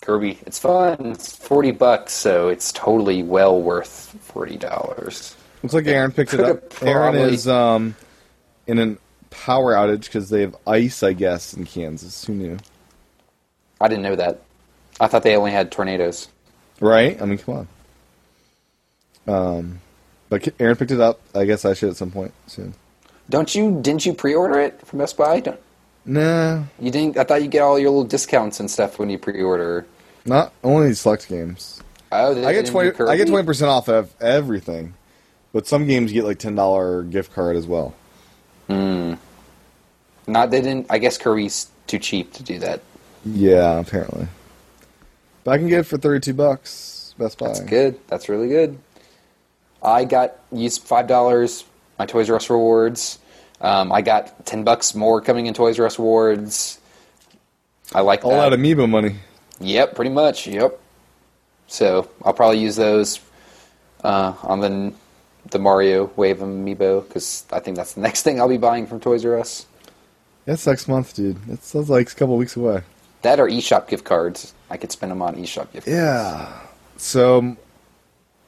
Speaker 3: Kirby. It's fun. It's forty bucks, so it's totally well worth forty dollars.
Speaker 2: Looks like Aaron picked it
Speaker 3: Coulda
Speaker 2: up. Aaron
Speaker 3: probably-
Speaker 2: is um, in a power outage because they have ice, I guess, in Kansas. Who knew?
Speaker 3: I didn't know that. I thought they only had tornadoes.
Speaker 2: Right? I mean, come on. Um, but K- Aaron picked it up. I guess I should at some point soon.
Speaker 3: Don't you? Didn't you pre-order it from Best Buy? Don't,
Speaker 2: Nah,
Speaker 3: you didn't? I thought you get all your little discounts and stuff when you pre-order.
Speaker 2: not only select games.
Speaker 3: Oh, they
Speaker 2: I get
Speaker 3: didn't do
Speaker 2: twenty. I
Speaker 3: Kirby?
Speaker 2: get twenty percent off of everything, but some games you get like ten dollar gift card as well.
Speaker 3: Not they didn't. I guess Kirby's too cheap to do that.
Speaker 2: Yeah, apparently. But I can get it for thirty two bucks. Best Buy.
Speaker 3: That's good. That's really good. I got used five dollars. My Toys R Us rewards. Um, I got ten bucks more coming in Toys R Us rewards. I like
Speaker 2: All out
Speaker 3: that.
Speaker 2: amiibo money.
Speaker 3: Yep, pretty much. Yep. So I'll probably use those uh, on the the Mario Wave Amiibo because I think that's the next thing I'll be buying from Toys R Us.
Speaker 2: That's next month, dude. That sounds like a couple weeks away.
Speaker 3: That or eShop gift cards. I could spend them on eShop gift. cards.
Speaker 2: Yeah. So, um,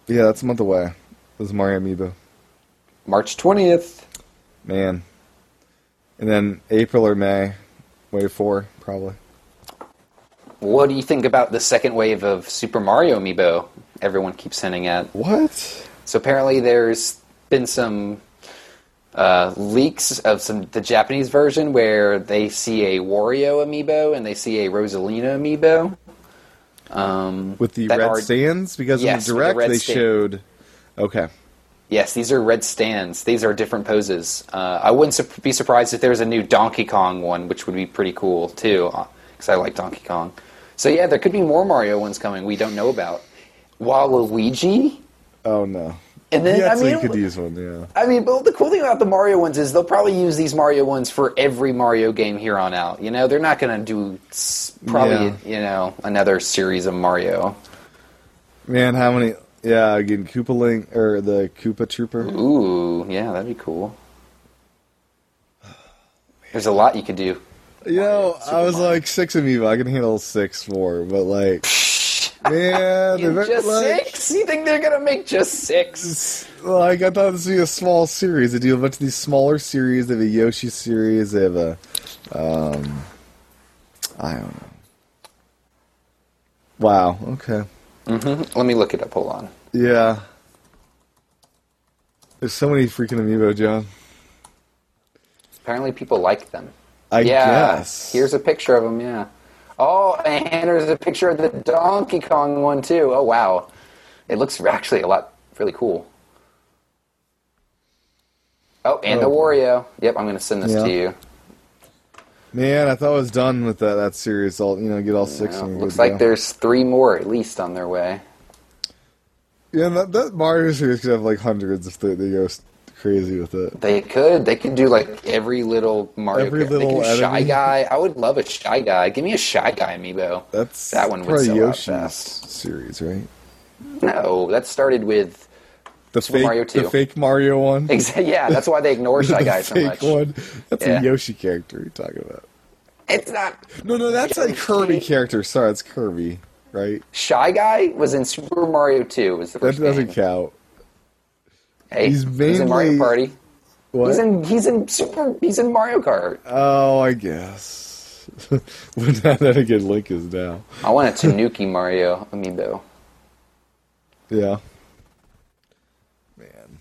Speaker 2: yeah, that's a month away. This is Mario Amiibo.
Speaker 3: March twentieth.
Speaker 2: Man. And then April or May, wave four, probably.
Speaker 3: What do you think about the second wave of Super Mario Amiibo? Everyone keeps hinting at.
Speaker 2: What?
Speaker 3: So apparently, there's been some uh, leaks of some the Japanese version where they see a Wario amiibo and they see a Rosalina amiibo. Um,
Speaker 2: With the
Speaker 3: that
Speaker 2: red
Speaker 3: are-
Speaker 2: stands? Because
Speaker 3: Yes,
Speaker 2: in
Speaker 3: with
Speaker 2: the
Speaker 3: the
Speaker 2: direct,
Speaker 3: red
Speaker 2: they
Speaker 3: stand.
Speaker 2: showed. Okay.
Speaker 3: Yes, these are red stands. These are different poses. Uh, I wouldn't su- be surprised if there was a new Donkey Kong one, which would be pretty cool too, because I like Donkey Kong. So yeah, there could be more Mario ones coming we don't know about. Waluigi,
Speaker 2: Oh, no.
Speaker 3: and then
Speaker 2: yeah,
Speaker 3: I
Speaker 2: so
Speaker 3: mean,
Speaker 2: you could use one, yeah.
Speaker 3: I mean, but the cool thing about the Mario ones is they'll probably use these Mario ones for every Mario game here on out. You know, they're not going to do s- probably
Speaker 2: Yeah.
Speaker 3: you know another series of Mario.
Speaker 2: Man, how many. Yeah, again, Koopa Link, or the Koopa Trooper.
Speaker 3: Ooh, yeah, that'd be cool. There's a lot you could do.
Speaker 2: You know,
Speaker 3: Super
Speaker 2: I was
Speaker 3: Mario.
Speaker 2: like six amiibo. I can handle six more, but like, Man, they're very-
Speaker 3: just
Speaker 2: like,
Speaker 3: six? You think they're gonna make just six?
Speaker 2: like I thought this would be a small series. They do a bunch of these smaller series. They have a Yoshi series. They have a, um, I don't know. Wow. Okay.
Speaker 3: Let me look it up. Hold on.
Speaker 2: Yeah. There's so many freaking amiibo, John.
Speaker 3: Apparently, people like them.
Speaker 2: I
Speaker 3: yeah,
Speaker 2: guess.
Speaker 3: here's a picture of them. Yeah. Oh, and there's a picture of the Donkey Kong one too. Oh wow, it looks actually a lot really cool. Oh, and the
Speaker 2: Oh.
Speaker 3: Wario. Yep, I'm gonna send this
Speaker 2: Yeah.
Speaker 3: to you.
Speaker 2: man. I thought I was done with that that series. All you know, get all six.
Speaker 3: Yeah,
Speaker 2: and you're
Speaker 3: looks
Speaker 2: good to
Speaker 3: like
Speaker 2: go.
Speaker 3: there's three more at least on their way.
Speaker 2: yeah. That, that Mario series could have like hundreds if they, they go s- crazy with it.
Speaker 3: They could. They could do like every little Mario.
Speaker 2: Every
Speaker 3: Kart. They could
Speaker 2: little
Speaker 3: do Shy
Speaker 2: enemy.
Speaker 3: Guy. I would love a Shy Guy. Give me a Shy Guy amiibo.
Speaker 2: That's
Speaker 3: that one would
Speaker 2: probably
Speaker 3: sell
Speaker 2: Yoshi's
Speaker 3: out fast.
Speaker 2: series, right?
Speaker 3: No, that started with
Speaker 2: The
Speaker 3: Super
Speaker 2: fake,
Speaker 3: Mario 2.
Speaker 2: the fake Mario one.
Speaker 3: Exa- yeah. That's why they ignore Shy
Speaker 2: the
Speaker 3: Guy so
Speaker 2: fake
Speaker 3: much.
Speaker 2: one. That's
Speaker 3: Yeah.
Speaker 2: a Yoshi character you're talking about.
Speaker 3: It's not
Speaker 2: No, no, that's a Kirby character. Sorry, it's Kirby, right?
Speaker 3: Shy Guy was in Super Mario Two. Was the
Speaker 2: That
Speaker 3: first
Speaker 2: doesn't
Speaker 3: game.
Speaker 2: count.
Speaker 3: Hey,
Speaker 2: He's
Speaker 3: in Mario
Speaker 2: mainly-
Speaker 3: Party.
Speaker 2: What?
Speaker 3: He's in he's in Super he's in Mario Kart.
Speaker 2: oh, I guess. We're not that a good Link is now.
Speaker 3: I want a Tanuki Mario amiibo.
Speaker 2: Yeah. Man.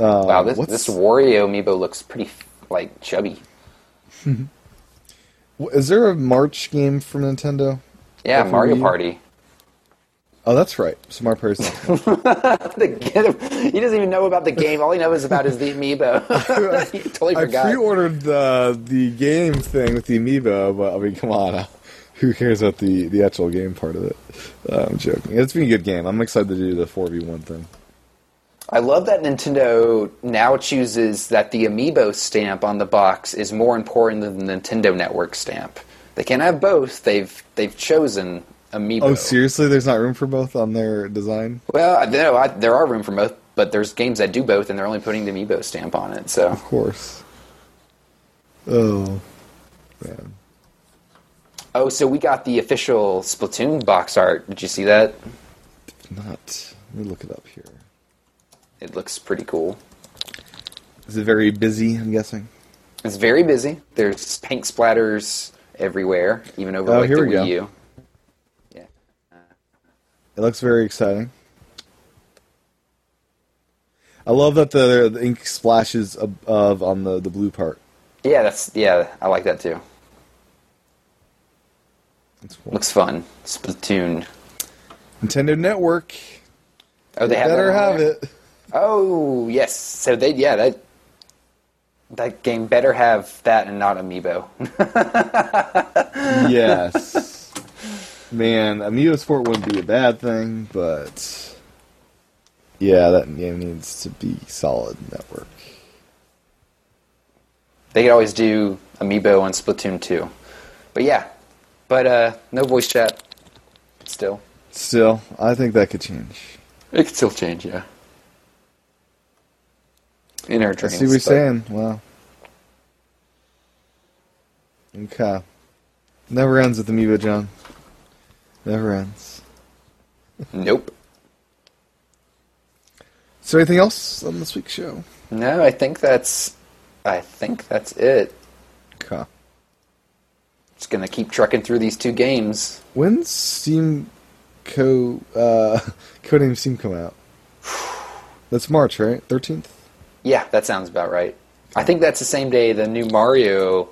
Speaker 2: Uh,
Speaker 3: Wow, this
Speaker 2: what's-
Speaker 3: this Wario amiibo looks pretty like chubby.
Speaker 2: is there a March game from Nintendo?
Speaker 3: Yeah,
Speaker 2: Like a
Speaker 3: Mario
Speaker 2: Wii?
Speaker 3: Party.
Speaker 2: Oh, that's right. Smart person.
Speaker 3: The game- he doesn't even know about the game. All he knows about is the amiibo. he totally
Speaker 2: I
Speaker 3: forgot.
Speaker 2: pre-ordered the the game thing with the amiibo, but I mean, come on, uh, who cares about the the actual game part of it? Uh, I'm joking. It's been a good game. I'm excited to do the 4v1 thing.
Speaker 3: I love that Nintendo now chooses that the amiibo stamp on the box is more important than the Nintendo Network stamp. They can't have both. They've they've chosen amiibo.
Speaker 2: Oh, seriously? There's not room for both on their design?
Speaker 3: Well, I- no, I, there are room for both, but there's games that do both, and they're only putting the amiibo stamp on it. So
Speaker 2: Of course. Oh, man.
Speaker 3: oh, so we got the official Splatoon box art. Did you see that?
Speaker 2: Not. Let me look it up here.
Speaker 3: It looks pretty cool.
Speaker 2: Is it very busy? I'm guessing.
Speaker 3: It's very busy. There's paint splatters everywhere, even over
Speaker 2: Oh,
Speaker 3: like
Speaker 2: here
Speaker 3: the
Speaker 2: we
Speaker 3: Wii
Speaker 2: go.
Speaker 3: U. Yeah.
Speaker 2: It looks very exciting. I love that the, the ink splashes above on the, the blue part.
Speaker 3: yeah, that's yeah. I like that too.
Speaker 2: That's cool.
Speaker 3: Looks fun. Splatoon.
Speaker 2: Nintendo Network.
Speaker 3: Oh, they have
Speaker 2: Better
Speaker 3: that on
Speaker 2: have
Speaker 3: there?
Speaker 2: it.
Speaker 3: Oh yes. So they yeah that that game better have that and not amiibo.
Speaker 2: yes. Man, Amiibo Sport wouldn't be a bad thing, but yeah, that game needs to be solid network.
Speaker 3: They could always do Amiibo on Splatoon 2. But yeah, but uh, no voice chat. Still,
Speaker 2: Still, I think that could change.
Speaker 3: it could still change. Yeah. In our
Speaker 2: I
Speaker 3: dreams.
Speaker 2: see what you're
Speaker 3: but-
Speaker 2: saying. Wow. Okay. Never ends with Amiibo, John. Never ends.
Speaker 3: Nope.
Speaker 2: Is there anything else on this week's show?
Speaker 3: No, I think that's. I think that's it.
Speaker 2: Okay.
Speaker 3: Just gonna keep trucking through these two games.
Speaker 2: When's Steam Co uh Codename Steam come out? That's March, right? Thirteenth?
Speaker 3: Yeah, that sounds about right. I think that's the same day the new Mario.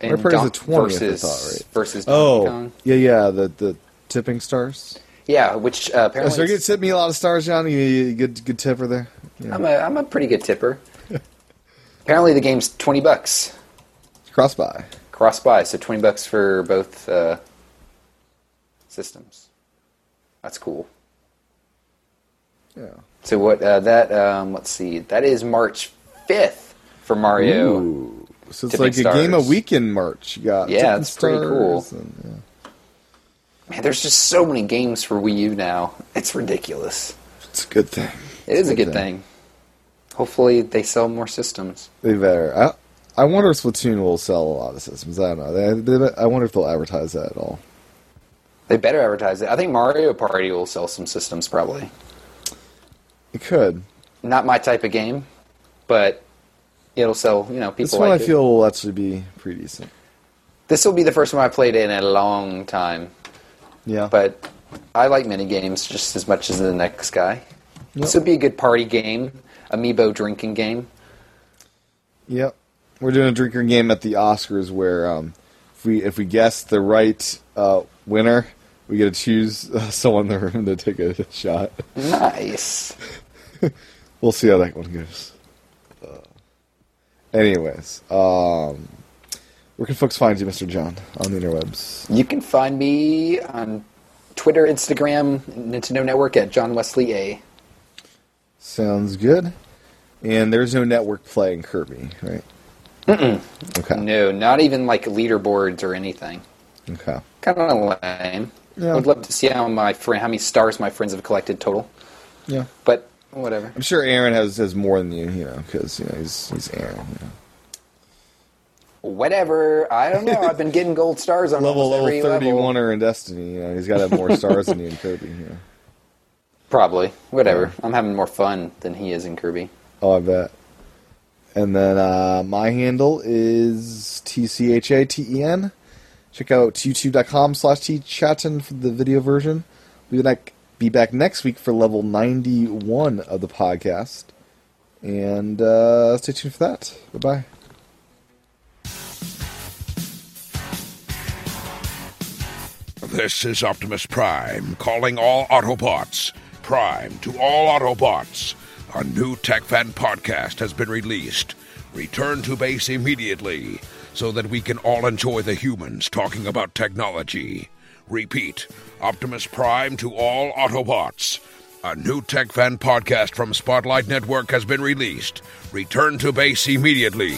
Speaker 3: and
Speaker 2: Mario Party's
Speaker 3: Don-
Speaker 2: the twentieth, I
Speaker 3: versus
Speaker 2: thought, right?
Speaker 3: versus Donkey
Speaker 2: Oh
Speaker 3: Kong.
Speaker 2: yeah, yeah, the the tipping stars.
Speaker 3: Yeah, which uh, apparently
Speaker 2: Oh, so you're gonna
Speaker 3: it's-
Speaker 2: tip me a lot of stars, John. You- You good good tipper there?
Speaker 3: I'm a I'm a pretty good tipper. Apparently, the game's twenty bucks
Speaker 2: Cross by.
Speaker 3: cross buy, so twenty bucks for both uh, systems. That's cool.
Speaker 2: Yeah.
Speaker 3: So what uh, that um, let's see that is March fifth for Mario.
Speaker 2: Ooh. So it's
Speaker 3: Tipping
Speaker 2: like a game a
Speaker 3: stars.
Speaker 2: week in March. You got
Speaker 3: Yeah,
Speaker 2: tipping
Speaker 3: it's pretty cool.
Speaker 2: stars and, yeah.
Speaker 3: Man, there's just so many games for Wii U now. It's ridiculous.
Speaker 2: It's a good thing.
Speaker 3: It is a good thing. Hopefully, they sell more systems.
Speaker 2: They better. I I wonder if Splatoon will sell a lot of systems. I don't know. They, they, I wonder if they'll advertise that at all.
Speaker 3: They better advertise it. I think Mario Party will sell some systems probably.
Speaker 2: It could.
Speaker 3: Not my type of game, but it'll sell. You know, people
Speaker 2: This one
Speaker 3: like
Speaker 2: I
Speaker 3: it.
Speaker 2: feel will actually be pretty decent.
Speaker 3: This will be the first one I played in a long time,
Speaker 2: Yeah.
Speaker 3: but I like mini games just as much as the next guy. This would be a good party game, amiibo drinking game.
Speaker 2: Yep. We're doing a drinker game at the Oscars where um, if we if we guess the right uh, winner, we get to choose uh, someone in the room to take a shot.
Speaker 3: Nice.
Speaker 2: We'll see how that one goes. Uh, anyways, um, where can folks find you, Mr. John, on the interwebs?
Speaker 3: You can find me on Twitter, Instagram, Nintendo Network at John Wesley A.
Speaker 2: Sounds good. And there's no network play in Kirby, right? Mm-mm. Okay.
Speaker 3: No, not even like leaderboards or anything.
Speaker 2: Okay.
Speaker 3: Kind of lame.
Speaker 2: Yeah.
Speaker 3: I would love to see how my friend, how many stars my friends have collected total.
Speaker 2: Yeah.
Speaker 3: But whatever.
Speaker 2: I'm sure Aaron has, has more than you, you know, because you know he's he's Aaron. You know.
Speaker 3: Whatever. I don't know. I've been getting gold stars on
Speaker 2: level
Speaker 3: almost every
Speaker 2: level thirty
Speaker 3: level.
Speaker 2: one or in Destiny. You know, he's got to have more stars than you in Kirby. You know.
Speaker 3: Probably. Whatever. I'm having more fun than he is in Kirby.
Speaker 2: Oh, I bet. And then uh, my handle is tchaten. E Check out youtube.com slash tchaten for the video version. We'll be back, be back next week for level 91 of the podcast. And uh, stay tuned for that. Bye-bye.
Speaker 4: This is Optimus Prime calling all Autobots. Prime to all Autobots. A new TechFan podcast has been released. Return to base immediately so that we can all enjoy the humans talking about technology. Repeat Optimus Prime to all Autobots. A new TechFan podcast from Spotlight Network has been released. Return to base immediately.